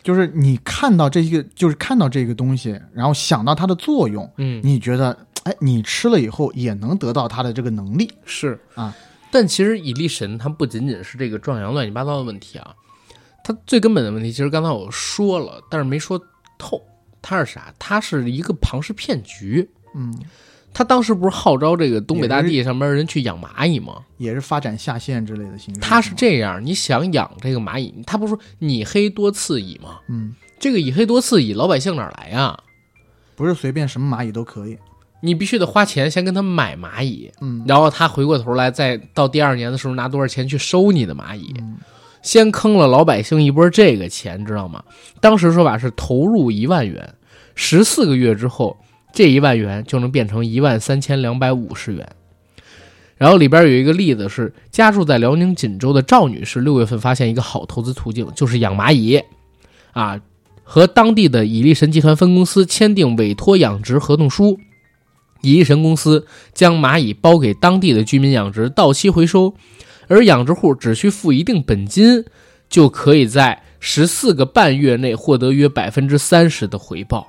Speaker 5: 就是你看到这些，就是看到这个东西，然后想到它的作用，
Speaker 4: 嗯，
Speaker 5: 你觉得，哎，你吃了以后也能得到它的这个能力，
Speaker 4: 是
Speaker 5: 啊。
Speaker 4: 但其实蚁力神它不仅仅是这个壮阳乱七八糟的问题啊，它最根本的问题其实刚才我说了，但是没说透，它是啥？它是一个庞氏骗局。
Speaker 5: 嗯，
Speaker 4: 它当时不是号召这个东北大地上边人去养蚂蚁吗？
Speaker 5: 也是发展下线之类的形式。
Speaker 4: 它是，这样，你想养这个蚂蚁，它不是说拟黑多刺蚁吗？
Speaker 5: 嗯，
Speaker 4: 这个蚁黑多刺蚁，老百姓哪儿来啊呀？
Speaker 5: 不是随便什么蚂蚁都可以，
Speaker 4: 你必须得花钱先跟他买蚂蚁，
Speaker 5: 嗯，
Speaker 4: 然后他回过头来，再到第二年的时候拿多少钱去收你的蚂蚁，
Speaker 5: 嗯
Speaker 4: 先坑了老百姓一波这个钱，知道吗？当时说法是投入一万元，十四个月之后，这一万元就能变成一万三千两百五十元。然后里边有一个例子是，家住在辽宁锦州的赵女士，六月份发现一个好投资途径，就是养蚂蚁，啊，和当地的蚁力神集团分公司签订委托养殖合同书，蚁力神公司将蚂蚁包给当地的居民养殖，到期回收，而养殖户只需付一定本金，就可以在十四个半月内获得约百分之三十的回报。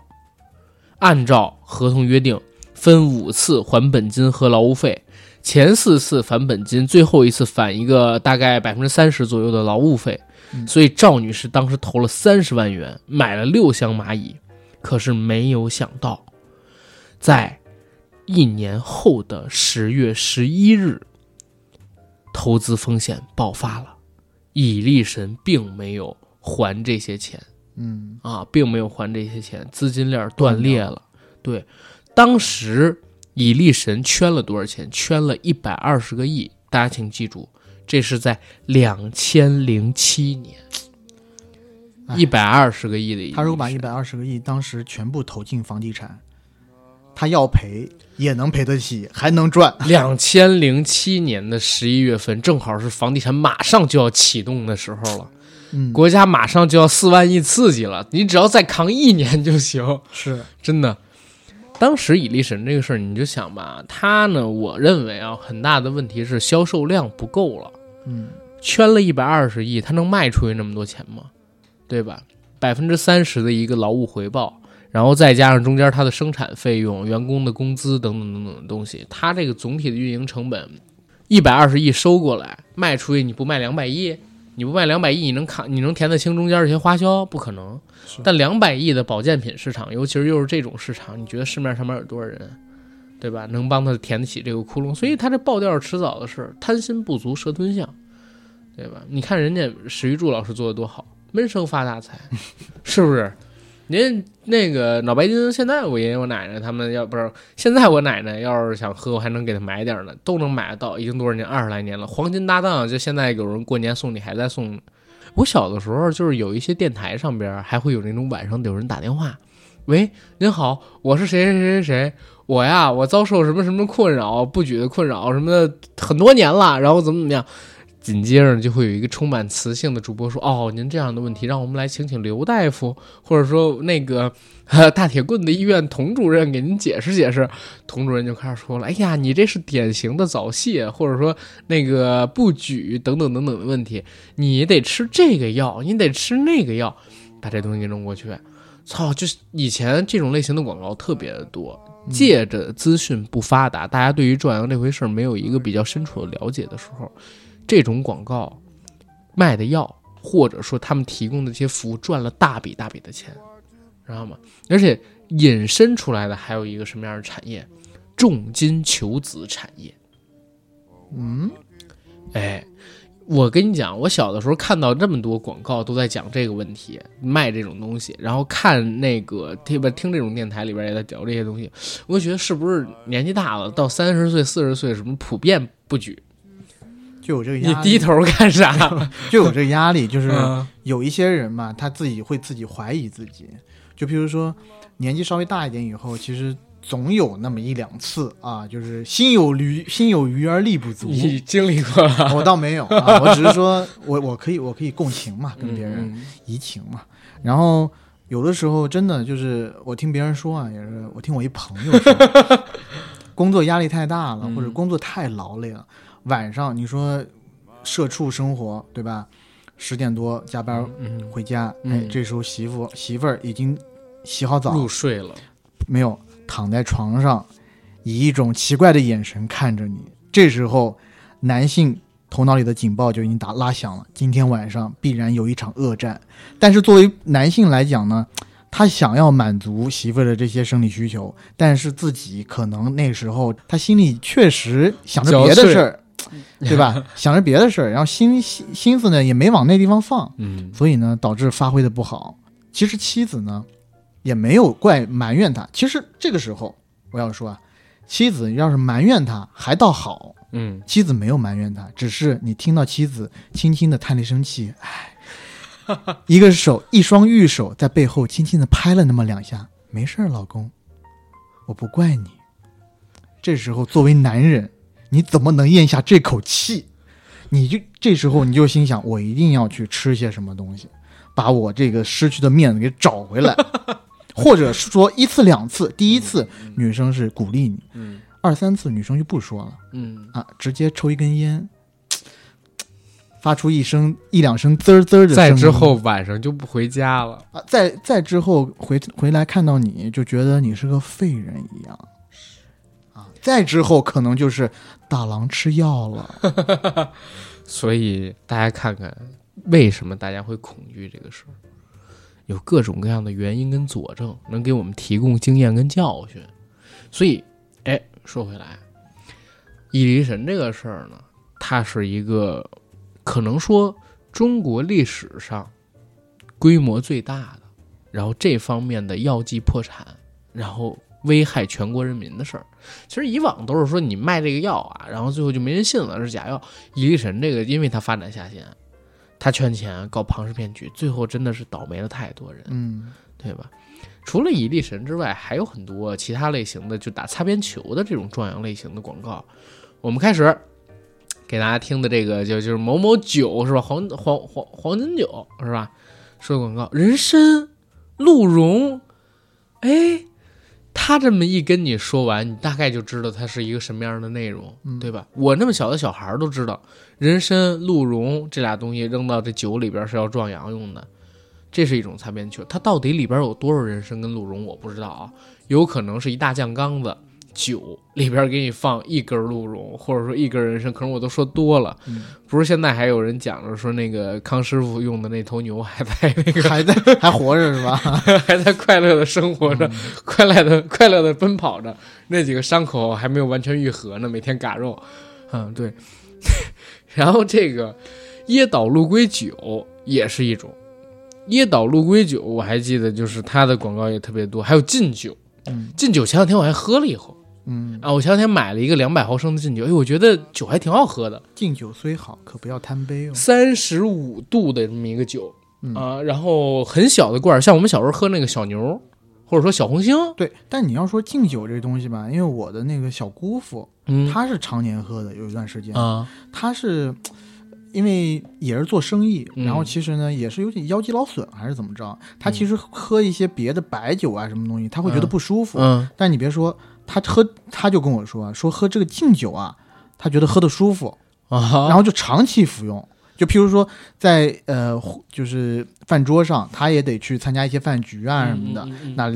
Speaker 4: 按照合同约定，分五次还本金和劳务费，前四次返本金，最后一次返一个大概百分之三十左右的劳务费。所以赵女士当时投了三十万元，买了六箱蚂蚁，可是没有想到，在一年后的十月十一日，投资风险爆发了，蚁力神并没有还这些钱
Speaker 5: 嗯，
Speaker 4: 啊，并没有还这些钱，资金链断裂了。对，当时蚁力神圈了多少钱？圈了一百二十个亿，大家请记住，这是在两千零七年，
Speaker 5: 哎
Speaker 4: 一百二十个亿的蚁力神。
Speaker 5: 他如果把一百二十个亿当时全部投进房地产，他要赔也能赔得起，还能赚。
Speaker 4: 两千零七年的十一月份，正好是房地产马上就要启动的时候了，
Speaker 5: 嗯，
Speaker 4: 国家马上就要四万亿刺激了，你只要再扛一年就行，
Speaker 5: 是，
Speaker 4: 真的。当时蚁力神这个事儿，你就想吧，它呢，我认为啊，很大的问题是销售量不够了，
Speaker 5: 嗯，
Speaker 4: 圈了一百二十亿，它能卖出去那么多钱吗？对吧？百分之三十的一个劳务回报，然后再加上中间它的生产费用、员工的工资等等等等的东西，它这个总体的运营成本一百二十亿收过来，卖出去你不卖两百亿，你不卖两百亿，你能扛你能填得清中间这些花销？不可能。但两百亿的保健品市场，尤其是又是这种市场，你觉得市面上面有多少人，对吧？能帮他填得起这个窟窿？所以他这爆掉是迟早的事，贪心不足蛇吞象，对吧？你看人家史玉柱老师做的多好，闷声发大财，是不是？您那个脑白金，现在我爷爷我奶奶他们要不是现在我奶奶要是想喝，我还能给她买点儿呢，都能买得到。已经多少年，二十来年了。黄金搭档就现在有人过年送礼还在送。我小的时候就是有一些电台上边儿还会有那种晚上有人打电话，喂，您好，我是谁谁谁谁谁，我呀我遭受什么什么困扰，不举的困扰什么的很多年了，然后怎么怎么样。紧接着就会有一个充满磁性的主播说：“哦，您这样的问题，让我们来请请刘大夫，或者说那个 呃大铁棍的医院童主任给您解释解释。”童主任就开始说了：“哎呀，你这是典型的早泄，或者说那个不举等等等等的问题，你得吃这个药，你得吃那个药，把这东西给弄过去。”操，就是以前这种类型的广告特别的多。借着资讯不发达，大家对于壮阳这回事儿没有一个比较深处的了解的时候，这种广告卖的药，或者说他们提供的这些服务赚了大笔大笔的钱，知道吗？而且引申出来的还有一个什么样的产业？重金求子产业。
Speaker 5: 嗯，
Speaker 4: 哎，我跟你讲，我小的时候看到这么多广告都在讲这个问题，卖这种东西，然后看那个听不听这种电台里边也在聊这些东西，我就觉得是不是年纪大了，到三十岁、四十岁什么普遍不举？
Speaker 5: 就有这个压
Speaker 4: 你
Speaker 5: 力，
Speaker 4: 低头干 啥？
Speaker 5: 就有这个压力，就是
Speaker 4: 嗯
Speaker 5: 有一些人嘛，他自己会自己怀疑自己，就譬如说年纪稍微大一点以后，其实总有那么一两次啊，就是心有余心有余而力不足。
Speaker 6: 你经历过了，
Speaker 5: 我倒没有啊，我只是说我我可以我可以共情嘛，跟
Speaker 4: 嗯
Speaker 5: 别人移情嘛。然后有的时候真的就是我听别人说啊，也是我听我一朋友说，工作压力太大
Speaker 4: 嗯
Speaker 5: 了，或者工作太劳累了，晚上你说社畜生活对吧？十点多加班
Speaker 4: 嗯，
Speaker 5: 回家，哎
Speaker 4: 嗯，
Speaker 5: 这时候媳妇媳妇儿已经洗好澡
Speaker 4: 入，睡了，
Speaker 5: 没有躺在床上，以一种奇怪的眼神看着你。这时候，男性头脑里的警报就已经打拉响了，今天晚上必然有一场恶战。但是作为男性来讲呢，他想要满足媳妇儿的这些生理需求，但是自己可能那时候他心里确实想着别的事儿，对吧？想着别的事儿，然后心心心思呢也没往那地方放，
Speaker 4: 嗯
Speaker 5: 所以呢，导致发挥的不好。其实妻子呢，也没有怪埋怨他。其实这个时候，我要说啊，妻子要是埋怨他，还倒好，
Speaker 4: 嗯，
Speaker 5: 妻子没有埋怨他，只是你听到妻子轻轻的叹了一声气，唉，一个手，一双玉手在背后轻轻的拍了那么两下，没事儿，老公，我不怪你。这时候，作为男人，你怎么能咽下这口气？你就这时候你就心想，我一定要去吃些什么东西，把我这个失去的面子给找回 来，或者是说一次两次，第一次女生是鼓励你，
Speaker 4: 嗯
Speaker 5: 二三次女生就不说了。
Speaker 4: 嗯，
Speaker 5: 啊，直接抽一根烟，发出一声一两声滋儿滋儿的声
Speaker 6: 在
Speaker 5: 音。
Speaker 6: 之后晚上就不回家了。
Speaker 5: 啊，再再之后回回来看到你就觉得你是个废人一样。啊，再之后可能就是大郎吃药了。
Speaker 4: 所以大家看看，为什么大家会恐惧这个事儿，有各种各样的原因跟佐证，能给我们提供经验跟教训。所以，哎，说回来，异离神这个事儿呢，它是一个可能说中国历史上规模最大的，然后这方面的药剂破产，然后危害全国人民的事儿。其实以往都是说你卖这个药啊，然后最后就没人信了，是假药。伊利神这个，因为它发展下线，它圈钱搞庞氏骗局，最后真的是倒霉了太多人，
Speaker 5: 嗯，
Speaker 4: 对吧？除了以力神之外，还有很多其他类型的，就打擦边球的这种壮阳类型的广告。我们开始给大家听的这个就就是某某酒是吧？黄黄黄黄金酒是吧？说的广告，人参、鹿茸，哎，他这么一跟你说完，你大概就知道它是一个什么样的内容，对吧？我那么小的小孩儿都知道，人参、鹿茸这俩东西扔到这酒里边儿是要壮阳用的，这是一种擦边球。它到底里边儿有多少人参跟鹿茸，我不知道啊，有可能是一大酱缸子。酒里边儿给你放一根儿鹿茸，或者说一根儿人参，可能我都说多了。不是现在还有人讲着说那个康师傅用的那头牛还在那个
Speaker 5: 还在还活着是吧？
Speaker 4: 还在快乐的生活着，快乐的快乐的奔跑着，那几个伤口还没有完全愈合呢，每天嘎肉，嗯，对。 然后这个椰岛鹿龟酒也是一种，椰岛鹿龟酒我还记得就是它的广告也特别多，还有劲酒，
Speaker 5: 嗯
Speaker 4: 劲酒前两天我还喝了一口
Speaker 5: 嗯，
Speaker 4: 啊，我前两天买了一个两百毫升的劲酒，哎，我觉得酒还挺好喝的，
Speaker 5: 敬酒虽好，可不要贪杯哦。
Speaker 4: 三十五度的这么一个酒
Speaker 5: 嗯
Speaker 4: 啊、然后很小的罐儿，像我们小时候喝那个小牛，或者说小红星，
Speaker 5: 对，但你要说敬酒这东西吧，因为我的那个小姑父，
Speaker 4: 嗯
Speaker 5: 他是常年喝的，有一段时间
Speaker 4: 啊，
Speaker 5: 他是因为也是做生意，
Speaker 4: 嗯
Speaker 5: 然后其实呢也是有点腰肌劳损还是怎么着，他其实喝一些别的白酒啊什么东西，他会觉得不舒服。
Speaker 4: 嗯
Speaker 5: 但你别说，他喝他就跟我说说喝这个敬酒啊，他觉得喝的舒服，
Speaker 4: 啊，
Speaker 5: 然后就长期服用。就譬如说在呃就是饭桌上，他也得去参加一些饭局啊什么的，
Speaker 4: 嗯，
Speaker 5: 那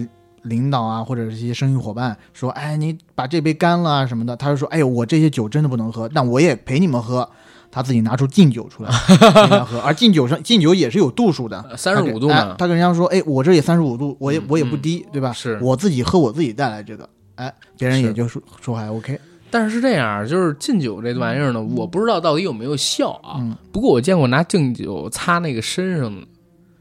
Speaker 5: 领导啊，或者是一些生意伙伴说：“哎，你把这杯干了啊什么的。”他就说：“哎呦，我这些酒真的不能喝，但我也陪你们喝。”他自己拿出敬酒出来 给人家喝，而敬酒上敬酒也是有度数的，
Speaker 4: 呃三十五度
Speaker 5: 哎
Speaker 4: 嘛，
Speaker 5: 他跟人家说：“哎，我这也三十五度，我也
Speaker 4: 嗯
Speaker 5: 我也不低，对吧？
Speaker 4: 是
Speaker 5: 我自己喝，我自己带来这个。”哎，别人也
Speaker 4: 是
Speaker 5: 就说说还 OK，
Speaker 4: 但是是这样，就是敬酒这玩意儿呢，我不知道到底有没有效啊。
Speaker 5: 嗯
Speaker 4: 不过我见过拿敬酒擦那个身上的，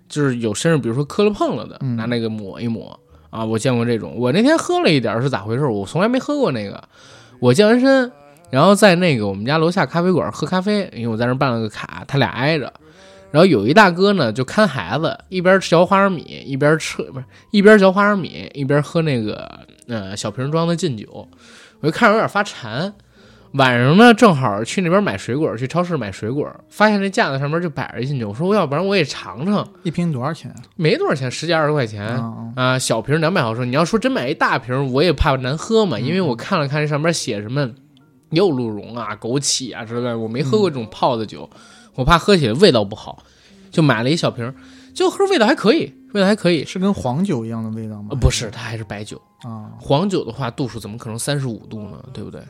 Speaker 4: 就是有身上比如说磕了碰了的，
Speaker 5: 嗯
Speaker 4: 拿那个抹一抹啊。我见过这种。我那天喝了一点儿是咋回事儿？我从来没喝过那个。我健完身，然后在那个我们家楼下咖啡馆喝咖啡，因为我在那儿办了个卡，他俩挨着。然后有一大哥呢，就看孩子，一边嚼花生米，一边吃，不是一边嚼花生米，一边喝那个呃小瓶装的劲酒。我就看着有点发馋。晚上呢，正好去那边买水果，去超市买水果，发现那架子上面就摆着一劲酒。我说，要不然我也尝尝，
Speaker 5: 一瓶多少钱啊？
Speaker 4: 没多少钱，十几二十块钱。
Speaker 5: 啊
Speaker 4: 啊，小瓶两百毫升。你要说真买一大瓶，我也怕难喝嘛，因为我看了看这上面写什么，也有鹿茸啊、枸杞啊之类的，我没喝过这种泡的酒，我怕喝起来味道不好，就买了一小瓶，就喝味道还可以，味道还可以。
Speaker 5: 是跟黄酒一样的味道吗？
Speaker 4: 呃，不是，它还是白酒。
Speaker 5: 啊，
Speaker 4: 黄酒的话，度数怎么可能三十五度呢？对不对？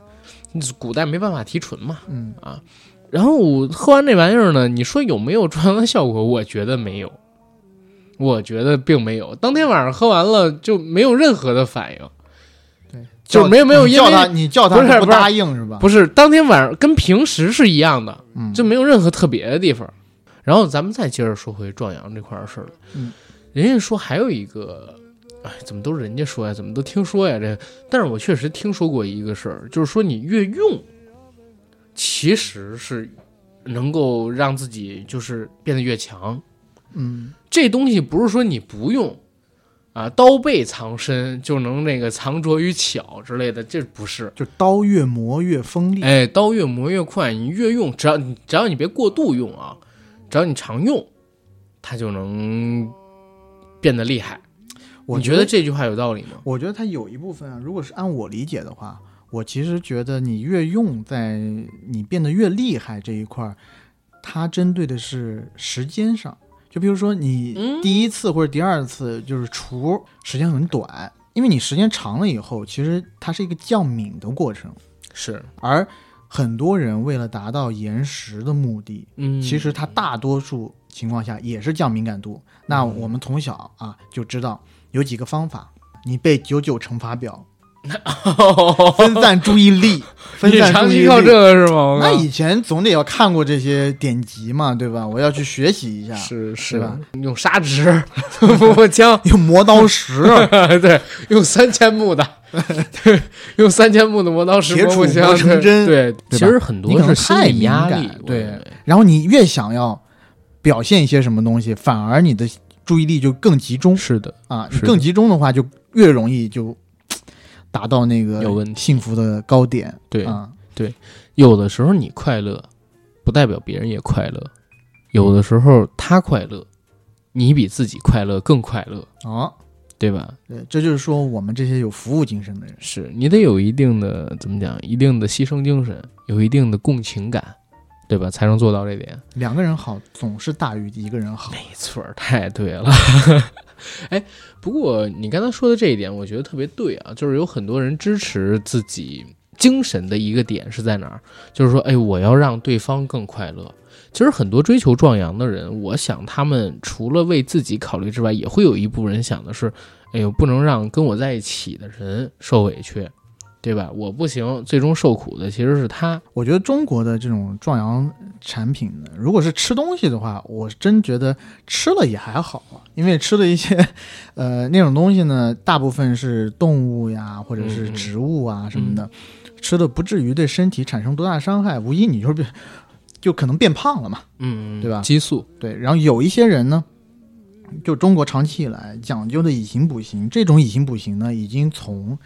Speaker 4: 古代没办法提纯嘛。
Speaker 5: 嗯
Speaker 4: 啊，然后我喝完这玩意儿呢，你说有没有壮阳的效果？我觉得没有，我觉得并没有。当天晚上喝完了就没有任何的反应，
Speaker 5: 对，
Speaker 4: 就没有没有
Speaker 5: 你
Speaker 4: 因为
Speaker 5: 叫他，你叫他
Speaker 4: 不是
Speaker 5: 他
Speaker 4: 不是
Speaker 5: 答应是吧？
Speaker 4: 不是当天晚上跟平时是一样的，
Speaker 5: 嗯，
Speaker 4: 就没有任何特别的地方。然后咱们再接着说回壮阳这块儿的事儿了。
Speaker 5: 嗯，
Speaker 4: 人家说还有一个，哎，怎么都是人家说呀，怎么都听说呀？这，但是我确实听说过一个事儿，就是说你越用，其实是能够让自己就是变得越强。
Speaker 5: 嗯
Speaker 4: 这东西不是说你不用啊，刀背藏身就能那个藏拙于巧之类的，这不是。
Speaker 5: 就刀越磨越锋利。
Speaker 4: 哎，刀越磨越快，你越用，只要你只要你别过度用啊，只要你常用，它就能变得厉害。
Speaker 5: 我
Speaker 4: 你觉得这句话有道理吗？
Speaker 5: 我觉得它有一部分啊，如果是按我理解的话，我其实觉得你越用，在你变得越厉害这一块儿，它针对的是时间上。就比如说你
Speaker 4: 嗯
Speaker 5: 第一次或者第二次就是除时间很短，因为你时间长了以后，其实它是一个降敏的过程，
Speaker 4: 是，
Speaker 5: 而很多人为了达到延时的目的，
Speaker 4: 嗯，
Speaker 5: 其实它大多数情况下也是降敏感度。那
Speaker 4: 嗯
Speaker 5: 我们从小啊就知道有几个方法，你背九九乘法表，
Speaker 4: 哦
Speaker 5: 分散注意 力，分
Speaker 7: 你
Speaker 5: 散
Speaker 7: 长
Speaker 5: 注意
Speaker 7: 期靠这
Speaker 5: 力。
Speaker 7: 个是吗？我
Speaker 5: 那
Speaker 7: 靠
Speaker 5: 以前总得要看过这些典籍嘛，对吧？我要去学习一下。
Speaker 4: 是是
Speaker 5: 对吧？
Speaker 4: 用砂纸， 磨磨枪，
Speaker 5: 有磨刀石、啊
Speaker 4: 对，用三千目的，对，用三千目的磨刀石
Speaker 5: 铁
Speaker 4: 磨
Speaker 5: 杵
Speaker 4: 磨枪，
Speaker 5: 磨成
Speaker 4: 对
Speaker 5: 针
Speaker 4: 对，
Speaker 5: 对
Speaker 4: 其
Speaker 5: 吧
Speaker 4: 实很
Speaker 5: 你
Speaker 4: 多
Speaker 5: 可能
Speaker 4: 是心
Speaker 5: 太
Speaker 4: 理
Speaker 5: 敏
Speaker 4: 压
Speaker 5: 感
Speaker 4: 力，我
Speaker 5: 对
Speaker 4: 认为
Speaker 5: 然后你越想要表现一些什么东西，反而你的注意力就更集中
Speaker 4: 是的，
Speaker 5: 啊。你
Speaker 4: 是的
Speaker 5: 更集中的话，就越容易就达到那个
Speaker 4: 有问题
Speaker 5: 幸福的高点。
Speaker 4: 对
Speaker 5: 啊，
Speaker 4: 有的时候你快乐，不代表别人也快乐；有的时候他快乐，你比自己快乐更快乐，
Speaker 5: 哦，
Speaker 4: 对吧？
Speaker 5: 对，这就是说我们这些有服务精神的人，
Speaker 4: 是你得有一定的怎么讲，一定的牺牲精神，有一定的共情感，对吧？才能做到这点。
Speaker 5: 两个人好总是大于一个人好。
Speaker 4: 没错儿，太对了。 哎，不过你刚才说的这一点，我觉得特别对啊，就是有很多人支持自己精神的一个点是在哪儿，就是说，哎，我要让对方更快乐。其实很多追求壮阳的人，我想他们除了为自己考虑之外，也会有一部分人想的是，哎呦，不能让跟我在一起的人受委屈，对吧？我不行，最终受苦的其实是他。
Speaker 5: 我觉得中国的这种壮阳产品呢，如果是吃东西的话，我真觉得吃了也还好啊，因为吃了一些，呃，那种东西呢，大部分是动物呀，或者
Speaker 4: 嗯
Speaker 5: 是
Speaker 4: 嗯嗯
Speaker 5: 植物啊什么的，吃的不至于对身体产生多大伤害，无一你就是变，就可能变胖了嘛。
Speaker 4: 嗯
Speaker 5: 对吧
Speaker 4: 激素，
Speaker 5: 对，然后有一些人呢，就中国长期以来讲究的以形补形，这种以形补形呢，已经从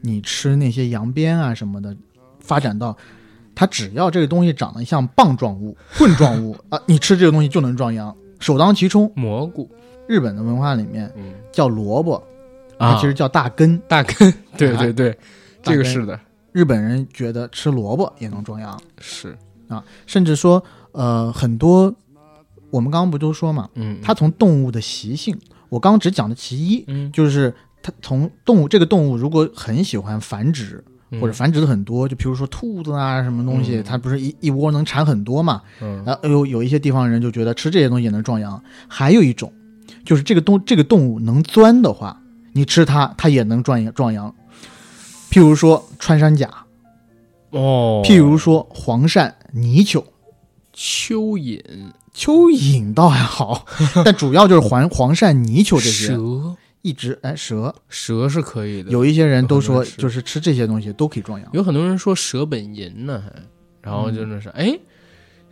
Speaker 5: 你吃那些羊鞭啊什么的，发展到它只要这个东西长得像棒状物、棍状物啊，你吃这个东西就能壮阳，首当其冲。
Speaker 4: 蘑菇，
Speaker 5: 日本的文化里面
Speaker 4: 嗯
Speaker 5: 叫萝卜，它
Speaker 4: 啊，
Speaker 5: 其实叫大根。
Speaker 4: 大根， 对
Speaker 5: 啊
Speaker 4: 对对，
Speaker 5: 大
Speaker 4: 这个
Speaker 5: 根
Speaker 4: 是的，
Speaker 5: 日本人觉得吃萝卜也能壮阳
Speaker 4: 是，
Speaker 5: 啊，甚至说，呃，很多我们刚刚不都说嘛，
Speaker 4: 嗯，
Speaker 5: 它从动物的习性，我刚刚只讲了其一，
Speaker 4: 嗯
Speaker 5: 就是它从动物这个动物如果很喜欢繁殖，或者
Speaker 4: 嗯
Speaker 5: 繁殖的很多，就比如说兔子啊什么东西，
Speaker 4: 嗯
Speaker 5: 它不是一一窝能产很多嘛？
Speaker 4: 嗯
Speaker 5: 啊，哎呦，有一些地方人就觉得吃这些东西也能壮阳。还有一种，就是这个动这个动物能钻的话，你吃它，它也能壮阳壮阳。譬如说穿山甲，
Speaker 4: 哦，
Speaker 5: 譬如说黄鳝、泥鳅。
Speaker 4: 蚯蚓、
Speaker 5: 蚯蚓倒还好， 但主要就是黄黄鳝、泥鳅这些，
Speaker 4: 蛇，
Speaker 5: 一直哎蛇，
Speaker 4: 蛇是可以的。
Speaker 5: 有一些人都说
Speaker 4: 有很多人吃
Speaker 5: 就是吃这些东西都可以壮阳。
Speaker 4: 嗯有很多人说蛇本银呢，还然后就那是哎，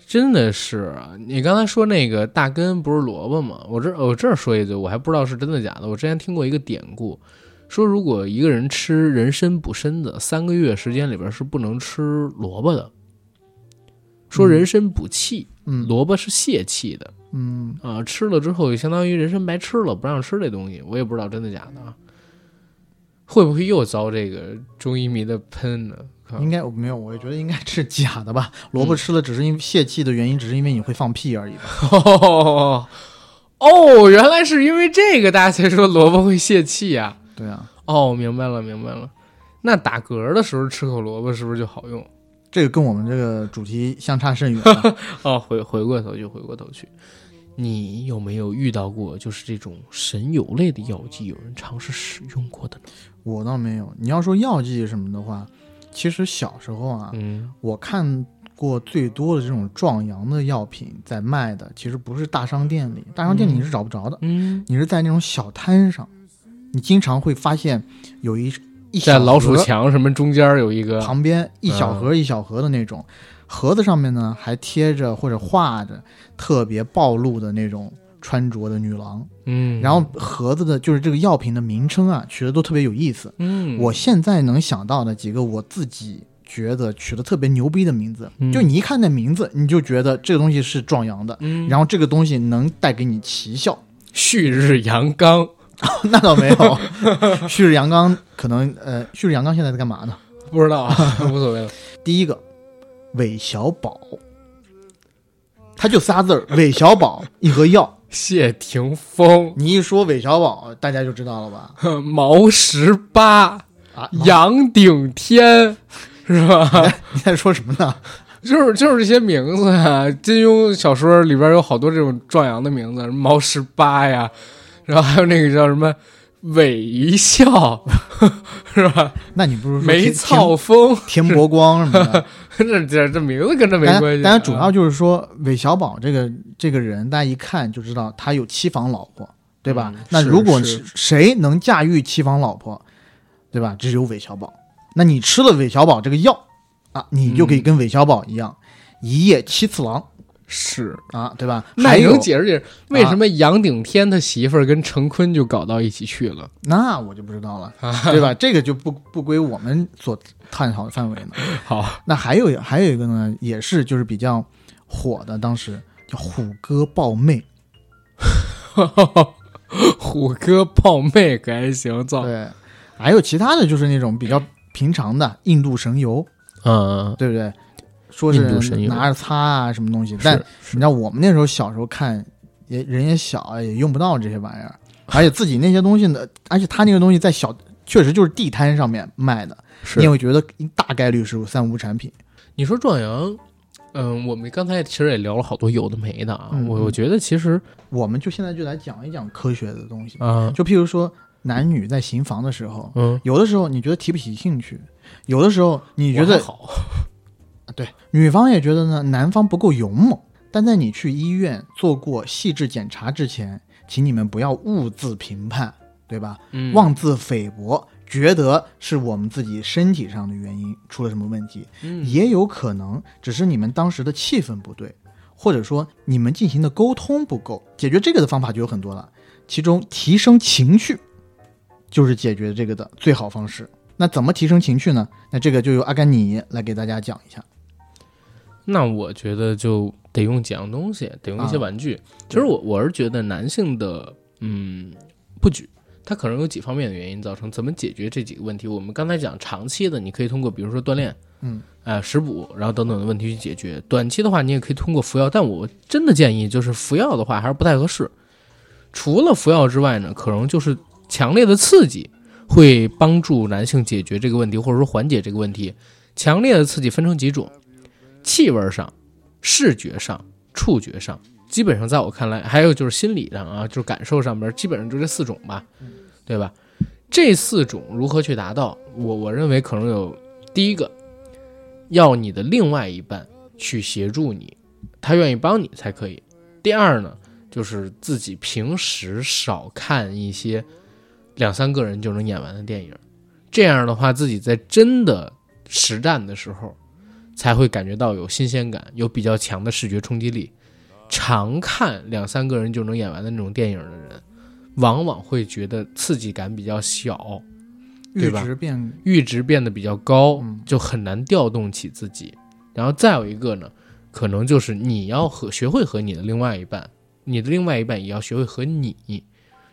Speaker 4: 真的是啊，你刚才说那个大根不是萝卜吗？我这我这儿说一句，我还不知道是真的假的。我之前听过一个典故，说如果一个人吃人参补身子，三个月时间里边是不能吃萝卜的。说人参补气，
Speaker 5: 嗯
Speaker 4: 萝卜是泄气的
Speaker 5: 嗯，
Speaker 4: 啊，吃了之后就相当于人参白吃了，不让吃这东西。我也不知道真的假的啊，会不会又遭这个中医迷的喷呢？靠
Speaker 5: 应该没有，我觉得应该是假的吧。
Speaker 4: 嗯
Speaker 5: 萝卜吃了只是因为泄气的原因，只是因为你会放屁而已吧。
Speaker 4: 哦，哦，原来是因为这个，大家才说萝卜会泄气呀、
Speaker 5: 对啊，
Speaker 4: 哦，明白了，明白了。那打嗝的时候吃口萝卜是不是就好用？
Speaker 5: 这个跟我们这个主题相差甚远啊。
Speaker 4: 哦，回回过头去，回过头去。你有没有遇到过就是这种神油类的药剂，有人尝试使用过的呢？
Speaker 5: 我倒没有。你要说药剂什么的话，其实小时候啊，
Speaker 4: 嗯，
Speaker 5: 我看过最多的这种壮阳的药品在卖的，其实不是大商店里，大商店里你是找不着的，
Speaker 4: 嗯，
Speaker 5: 你是在那种小摊上，你经常会发现有一一
Speaker 4: 在
Speaker 5: 小
Speaker 4: 老鼠
Speaker 5: 盒
Speaker 4: 墙什么中间有一个，
Speaker 5: 旁边一小盒一小盒的那种，盒子上面呢还贴着或者画着特别暴露的那种穿着的女郎，
Speaker 4: 嗯，
Speaker 5: 然后盒子的就是这个药品的名称啊，取的都特别有意思。
Speaker 4: 嗯，
Speaker 5: 我现在能想到的几个我自己觉得取的特别牛逼的名字，
Speaker 4: 嗯
Speaker 5: 就你一看那名字，你就觉得这个东西是壮阳的，
Speaker 4: 嗯
Speaker 5: 然后这个东西能带给你奇效。
Speaker 4: 旭日阳刚，
Speaker 5: 那倒没有，旭日阳刚可能呃，旭日阳刚现在在干嘛呢？
Speaker 4: 不知道啊， 无所谓了。
Speaker 5: 第一个韦小宝，他就仨字儿， 韦小宝一盒药。
Speaker 4: 谢霆锋，
Speaker 5: 你一说韦小宝，大家就知道了吧？
Speaker 4: 毛十八，
Speaker 5: 啊，
Speaker 4: 杨顶天，是吧？
Speaker 5: 你在说什么呢？
Speaker 4: 就是就是这些名字啊。金庸小说里边有好多这种壮阳的名字，什么毛十八呀，然后还有那个叫什么韦一笑， 是吧？
Speaker 5: 那你不如说
Speaker 4: 梅
Speaker 5: 田
Speaker 4: 草风，
Speaker 5: 田田伯光什么的。
Speaker 4: 这这这名字跟 这没
Speaker 5: 大
Speaker 4: 关系。
Speaker 5: 家
Speaker 4: 啊嗯
Speaker 5: 大家主要就是说韦小宝这个这个人，大家一看就知道他有七房老婆，对吧？
Speaker 4: 嗯
Speaker 5: 那
Speaker 4: 是
Speaker 5: 如果
Speaker 4: 是
Speaker 5: 谁能驾驭七房老婆，对吧？只有韦小宝。那你吃了韦小宝这个药啊，你就可
Speaker 4: 嗯
Speaker 5: 以跟韦小宝一样，一夜七次郎
Speaker 4: 是，
Speaker 5: 啊，对吧？
Speaker 4: 那
Speaker 5: 还
Speaker 4: 你
Speaker 5: 有
Speaker 4: 能解释解释为什么杨顶天他媳妇儿跟陈坤就搞到一起去了？
Speaker 5: 那我就不知道了，
Speaker 4: 啊
Speaker 5: 对吧？这个就不不归我们所探讨的范围呢。
Speaker 4: 好，
Speaker 5: 那还有还有一个呢，也是就是比较火的，当时叫虎哥抱妹，
Speaker 4: 虎哥泡妹可还行，造
Speaker 5: 对，还有其他的就是那种比较平常的印度神油，
Speaker 4: 嗯，
Speaker 5: 对不对？说
Speaker 4: 印度神
Speaker 5: 是
Speaker 4: 油
Speaker 5: 拿着擦啊什么东西，
Speaker 4: 是
Speaker 5: 但你知道我们那时候小时候看，也人也小，啊也用不到这些玩意儿，而且自己那些东西呢，而且他那个东西在小确实就是地摊上面卖的，
Speaker 4: 是
Speaker 5: 你也会觉得大概率是三无产品。
Speaker 4: 你说壮阳，嗯，我们刚才其实也聊了好多有的没的啊。
Speaker 5: 嗯
Speaker 4: 我我觉得其实
Speaker 5: 我们就现在就来讲一讲科学的东西，
Speaker 4: 啊，
Speaker 5: 就譬如说男女在行房的时候，
Speaker 4: 嗯，
Speaker 5: 有的时候你觉得提不起兴趣，有的时候你觉
Speaker 4: 我
Speaker 5: 得
Speaker 4: 还好？
Speaker 5: 女方也觉得呢，男方不够勇猛。但在你去医院做过细致检查之前，请你们不要妄自评判，对吧？
Speaker 4: 嗯
Speaker 5: 妄自菲薄，觉得是我们自己身体上的原因出了什么问题，
Speaker 4: 嗯
Speaker 5: 也有可能只是你们当时的气氛不对，或者说你们进行的沟通不够。解决这个的方法就有很多了，其中提升情绪就是解决这个的最好方式。那怎么提升情绪呢？那这个就由阿甘尼来给大家讲一下。
Speaker 4: 那我觉得就得用几样东西，得用一些
Speaker 5: 啊
Speaker 4: 玩具。其实我我是觉得男性的嗯不举，它可能有几方面的原因造成。怎么解决这几个问题？我们刚才讲长期的，你可以通过比如说锻炼，
Speaker 5: 嗯，
Speaker 4: 呃食补，然后等等的问题去解决。短期的话，你也可以通过服药，但我真的建议就是服药的话还是不太合适。除了服药之外呢，可能就是强烈的刺激会帮助男性解决这个问题，或者说缓解这个问题。强烈的刺激分成几种，气味上、视觉上、触觉上，基本上在我看来，还有就是心理上啊，就是感受上面，基本上就这四种吧，对吧？这四种如何去达到？我我认为可能有第一个，要你的另外一半去协助你，他愿意帮你才可以。第二呢，就是自己平时少看一些两三个人就能演完的电影，这样的话，自己在真的实战的时候，才会感觉到有新鲜感，有比较强的视觉冲击力。常看两三个人就能演完的那种电影的人，往往会觉得刺激感比较小，对
Speaker 5: 阈
Speaker 4: 吧
Speaker 5: 值变
Speaker 4: 阈值变得比较高
Speaker 5: 嗯，
Speaker 4: 就很难调动起自己。然后再有一个呢，可能就是你要和学会和你的另外一半，你的另外一半也要学会和你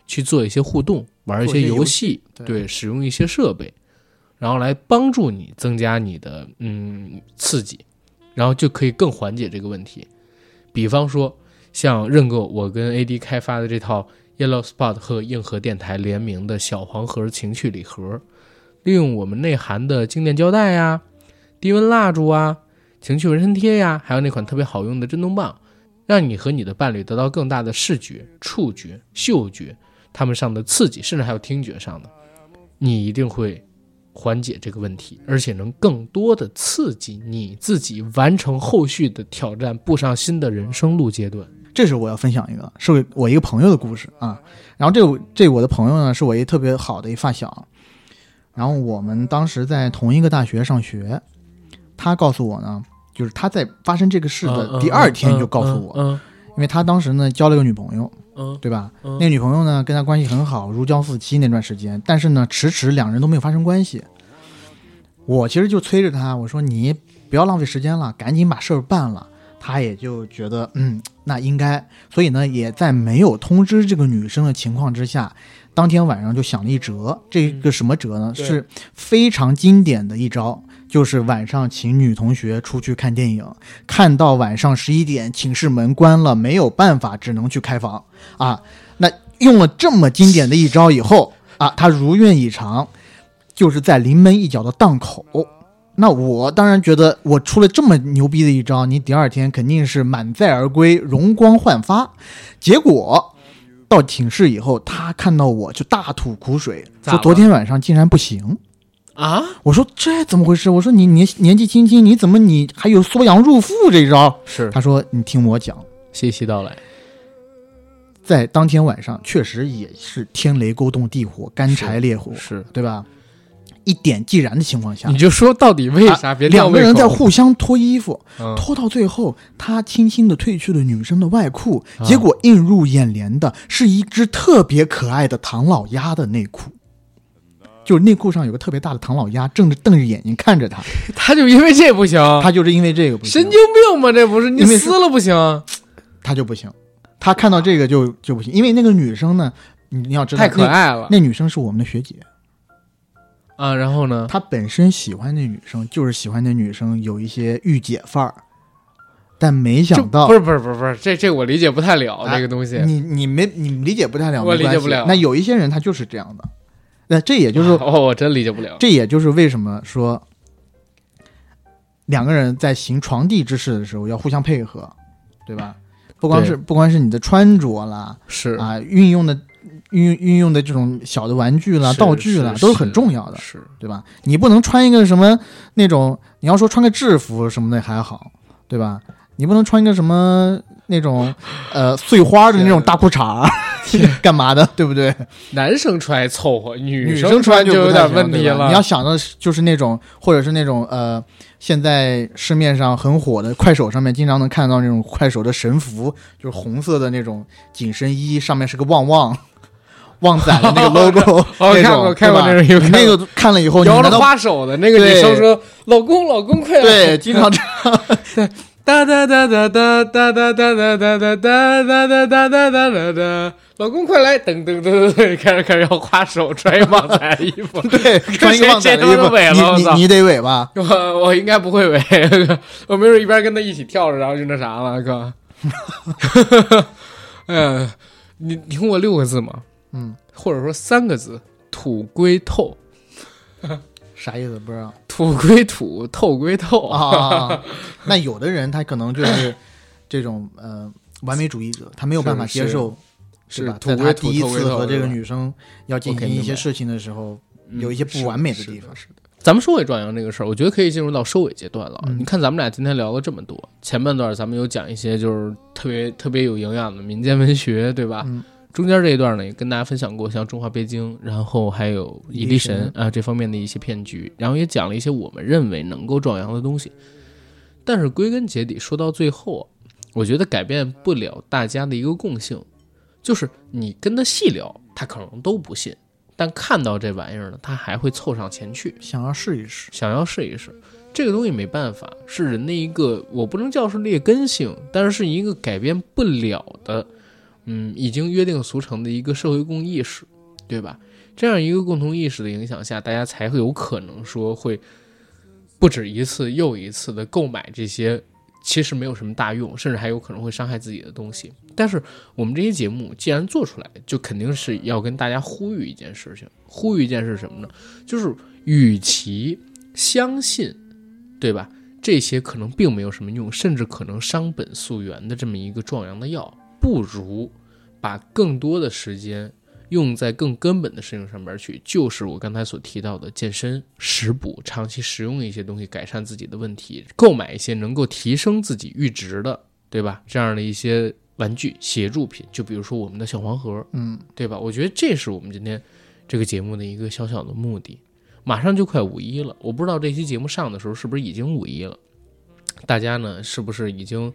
Speaker 4: 去做一些互动，玩一
Speaker 5: 做一些
Speaker 4: 游
Speaker 5: 游
Speaker 4: 戏，
Speaker 5: 对
Speaker 4: 对，使用一些设备，然后来帮助你增加你的嗯刺激，然后就可以更缓解这个问题。比方说，像认购我跟 AD 开发的这套 Yellow Spot 和硬核电台联名的小黄盒情趣礼盒，利用我们内含的静电胶带呀、低温蜡烛啊、情趣纹身贴呀，还有那款特别好用的震动棒，让你和你的伴侣得到更大的视觉、触觉、嗅觉他们上的刺激，甚至还有听觉上的，你一定会缓解这个问题，而且能更多的刺激你自己完成后续的挑战，步上新的人生路阶段。
Speaker 5: 这是我要分享一个，是我一个朋友的故事啊。然后这个这我的朋友呢，是我一特别好的一发小，然后我们当时在同一个大学上学。他告诉我呢，就是他在发生这个事的第二天就告诉我，
Speaker 4: 嗯
Speaker 5: 因为他当时呢交了个女朋友，
Speaker 4: 嗯
Speaker 5: 对吧？
Speaker 4: 嗯
Speaker 5: 那个女朋友呢跟他关系很好，如胶似漆那段时间，但是呢迟迟两人都没有发生关系。我其实就催着他，我说你不要浪费时间了，赶紧把事儿办了。他也就觉得嗯，那应该，所以呢也在没有通知这个女生的情况之下，当天晚上就想了一折。这个什么折呢？
Speaker 4: 对
Speaker 5: 是非常经典的一招，就是晚上请女同学出去看电影，看到晚上十一点，寝室门关了，没有办法，只能去开房啊。那用了这么经典的一招以后啊，他如愿以偿，就是在临门一脚的档口。那我当然觉得，我出了这么牛逼的一招，你第二天肯定是满载而归，容光焕发。结果到寝室以后，他看到我就大吐苦水，
Speaker 4: 咋
Speaker 5: 说
Speaker 4: 了
Speaker 5: 昨天晚上竟然不行。
Speaker 4: 啊，
Speaker 5: 我说这怎么回事？我说你年年纪轻轻，你怎么你还有缩阳入腹这一招？
Speaker 4: 是
Speaker 5: 他说你听我讲，
Speaker 4: 细细道来，
Speaker 5: 在当天晚上确实也是天雷勾动地火，干柴烈火，
Speaker 4: 是
Speaker 5: 对吧？一点即燃的情况下
Speaker 4: 你，就说到底为啥？别
Speaker 5: 两个人在
Speaker 4: 互
Speaker 5: 互相脱衣服，
Speaker 4: 嗯
Speaker 5: 脱到最后，他轻轻的褪去了女生的外裤，
Speaker 4: 啊
Speaker 5: 结果映入眼帘的是一只特别可爱的唐老鸭的内裤，就是内裤上有个特别大的唐老鸭，正着瞪着眼睛看着他，
Speaker 4: 他就因为这不行，
Speaker 5: 他就是因为这个不行
Speaker 4: 啊神经病吗？这不是你
Speaker 5: 因为是
Speaker 4: 撕了不行啊，
Speaker 5: 他就不行，他看到这个就就不行，因为那个女生呢，你你要知道
Speaker 4: 太可爱了
Speaker 5: 那，那女生是我们的学姐，
Speaker 4: 啊！然后呢？
Speaker 5: 他本身喜欢那女生，就是喜欢那女生有一些御姐范儿，但没想到
Speaker 4: 不是不是不是不是，这这我理解不太了
Speaker 5: 啊
Speaker 4: 这个东西。
Speaker 5: 你你没你理解不太了，
Speaker 4: 我
Speaker 5: 没关系
Speaker 4: 理解不了
Speaker 5: 那有一些人他就是这样的，那这也就是、
Speaker 4: 哦，我真理解不了。
Speaker 5: 这也就是为什么说两个人在行床地之事的时候要互相配合，对吧？不光
Speaker 4: 对
Speaker 5: 是不光是你的穿着啦，
Speaker 4: 是
Speaker 5: 啊，运用的运运用的这种小的玩具啦、
Speaker 4: 是
Speaker 5: 道具啦，
Speaker 4: 是
Speaker 5: 都是很
Speaker 4: 是
Speaker 5: 重要的，
Speaker 4: 是，
Speaker 5: 对吧？你不能穿一个什么那种，你要说穿个制服什么的还好，对吧？你不能穿一个什么那种呃碎花的那种大裤衩 儿干嘛的，对不对？
Speaker 4: 男生穿还凑合，女
Speaker 5: 女
Speaker 4: 生
Speaker 5: 生穿
Speaker 4: 就
Speaker 5: 不
Speaker 4: 有点
Speaker 5: 太行
Speaker 4: 问题
Speaker 5: 对吧
Speaker 4: 了。
Speaker 5: 你要想的是就是那种，或者是那种呃，现在市面上很火的快手上面经常能看到那种快手的神服，就是红色的那种紧身衣，上面是个旺旺。旺仔的那个 logo，
Speaker 4: 哦
Speaker 5: 那
Speaker 4: 看
Speaker 5: 种
Speaker 4: 过看过
Speaker 5: 对吧
Speaker 4: 那种有看过
Speaker 5: 你那个看了以后，你
Speaker 4: 摇
Speaker 5: 难
Speaker 4: 着
Speaker 5: 道
Speaker 4: 花手的那个
Speaker 5: 对
Speaker 4: 女生说：“老公，老公，快来！”
Speaker 5: 对，经常这
Speaker 4: 哒哒哒哒哒哒哒哒哒哒哒哒哒哒哒哒哒哒哒，老公快来！噔噔噔噔，开始开始要花手，穿一旺仔衣服。
Speaker 5: 对，穿一个旺仔的
Speaker 4: 谁谁都尾
Speaker 5: 衣
Speaker 4: 了
Speaker 5: 服，
Speaker 4: 我
Speaker 5: 你
Speaker 4: 操
Speaker 5: 你你得尾吧？
Speaker 4: 我 我应该不会围， 我没准一边跟他一起跳着，然后就那啥了，哥。 嗯，你你听过六个字吗？
Speaker 5: 嗯，
Speaker 4: 或者说三个字：土归透，
Speaker 5: 啥意思？不知道
Speaker 4: 土归土，透归透
Speaker 5: 啊啊。啊啊那有的人他可能就是 这种呃完美主义者，他没有办法
Speaker 4: 是
Speaker 5: 接受，
Speaker 4: 是
Speaker 5: 对吧？
Speaker 4: 土
Speaker 5: 在
Speaker 4: 归
Speaker 5: 他
Speaker 4: 土
Speaker 5: 第一
Speaker 4: 透归
Speaker 5: 次
Speaker 4: 透
Speaker 5: 和这
Speaker 4: 是
Speaker 5: 个
Speaker 4: 吧
Speaker 5: 女生要进
Speaker 4: 我
Speaker 5: 行
Speaker 4: 肯定
Speaker 5: 一些
Speaker 4: 的
Speaker 5: 事情的时候，
Speaker 4: 嗯
Speaker 5: 有一些不完美的地
Speaker 4: 是
Speaker 5: 方。
Speaker 4: 的，是的。咱们说回壮阳这个事儿，我觉得可以进入到收尾阶段了啊。
Speaker 5: 嗯
Speaker 4: 你看，咱们俩今天聊了这么多，前半段咱们有讲一些就是特别特别有营养的民间文学，对吧？
Speaker 5: 嗯
Speaker 4: 中间这一段呢，也跟大家分享过像中华北京，然后还有
Speaker 5: 蚁
Speaker 4: 蚁
Speaker 5: 力
Speaker 4: 力
Speaker 5: 神
Speaker 4: 神啊这方面的一些骗局，然后也讲了一些我们认为能够壮阳的东西。但是归根结底，说到最后啊，我觉得改变不了大家的一个共性，就是你跟他细聊，他可能都不信，但看到这玩意儿呢，他还会凑上前去，
Speaker 5: 想要试一试，
Speaker 4: 想要试一试。这个东西没办法，是人的一个，我不能叫是劣根性，但是是一个改变不了的，嗯，已经约定俗成的一个社会共意识，对吧？这样一个共同意识的影响下，大家才会有可能说会不止一次又一次的购买这些其实没有什么大用，甚至还有可能会伤害自己的东西。但是我们这些节目既然做出来，就肯定是要跟大家呼吁一件事情，呼吁一件事是什么呢？就是与其相信，对吧？这些可能并没有什么用，甚至可能伤本溯源的这么一个壮阳的药，不如把更多的时间用在更根本的事情上边去，就是我刚才所提到的健身、食补，长期食用一些东西，改善自己的问题，购买一些能够提升自己阈值的，对吧？这样的一些玩具、协助品，就比如说我们的小黄盒，
Speaker 5: 嗯，
Speaker 4: 对吧？我觉得这是我们今天这个节目的一个小小的目的。马上就快五一了，我不知道这期节目上的时候是不是已经五一了，大家呢是不是已经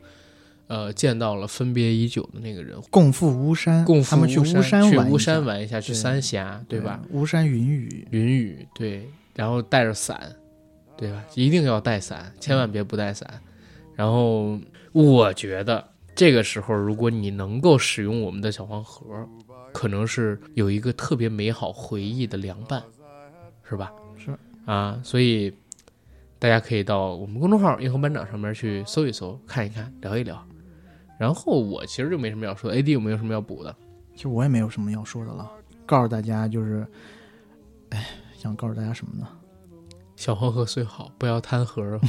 Speaker 4: 呃见到了分别已久的那个人，
Speaker 5: 共赴巫山，
Speaker 4: 共
Speaker 5: 他
Speaker 4: 赴
Speaker 5: 们去
Speaker 4: 巫
Speaker 5: 山
Speaker 4: 去
Speaker 5: 玩一
Speaker 4: 巫
Speaker 5: 下
Speaker 4: 山玩一下，去
Speaker 5: 对
Speaker 4: 三峡，对吧？？
Speaker 5: 巫山云雨，
Speaker 4: 云雨对，然后带着伞，对吧？一定要带伞，千万别不带伞。然后我觉得这个时候，如果你能够使用我们的小黄盒，可能是有一个特别美好回忆的凉拌，是吧？
Speaker 5: 是
Speaker 4: 啊，所以大家可以到我们公众号“硬核班长”上面去搜一搜，看一看，聊一聊。然后我其实就没什么要说的，AD 有没有什么要补的？
Speaker 5: 其实我也没有什么要说的了，告诉大家就是，哎，想告诉大家什么呢？
Speaker 4: 小黄盒虽好，不要贪盒儿。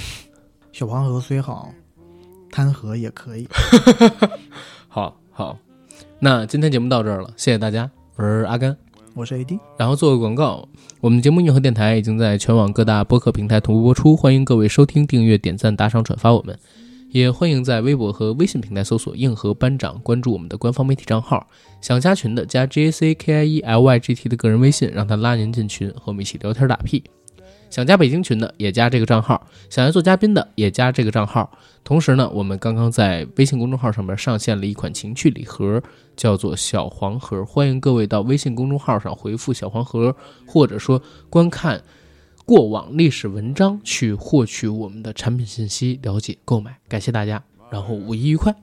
Speaker 5: 小黄河虽好，贪河也可以。
Speaker 4: 好好，那今天节目到这儿了，谢谢大家，我是阿甘。
Speaker 5: 我是 AD，
Speaker 4: 然后做个广告，我们节目《硬核电台》已经在全网各大播客平台同步播出，欢迎各位收听、订阅、点赞、打赏、转发我们，也欢迎在微博和微信平台搜索“硬核班长”，关注我们的官方媒体账号。想加群的加 J A C K I E L Y G T 的个人微信，让他拉您进群，和我们一起聊天打屁。想加北京群的也加这个账号，想要做嘉宾的也加这个账号。同时呢，我们刚刚在微信公众号上面上线了一款情趣礼盒，叫做小黄盒，欢迎各位到微信公众号上回复“小黄盒”，或者说观看过往历史文章去获取我们的产品信息，了解购买。感谢大家，然后五一愉快，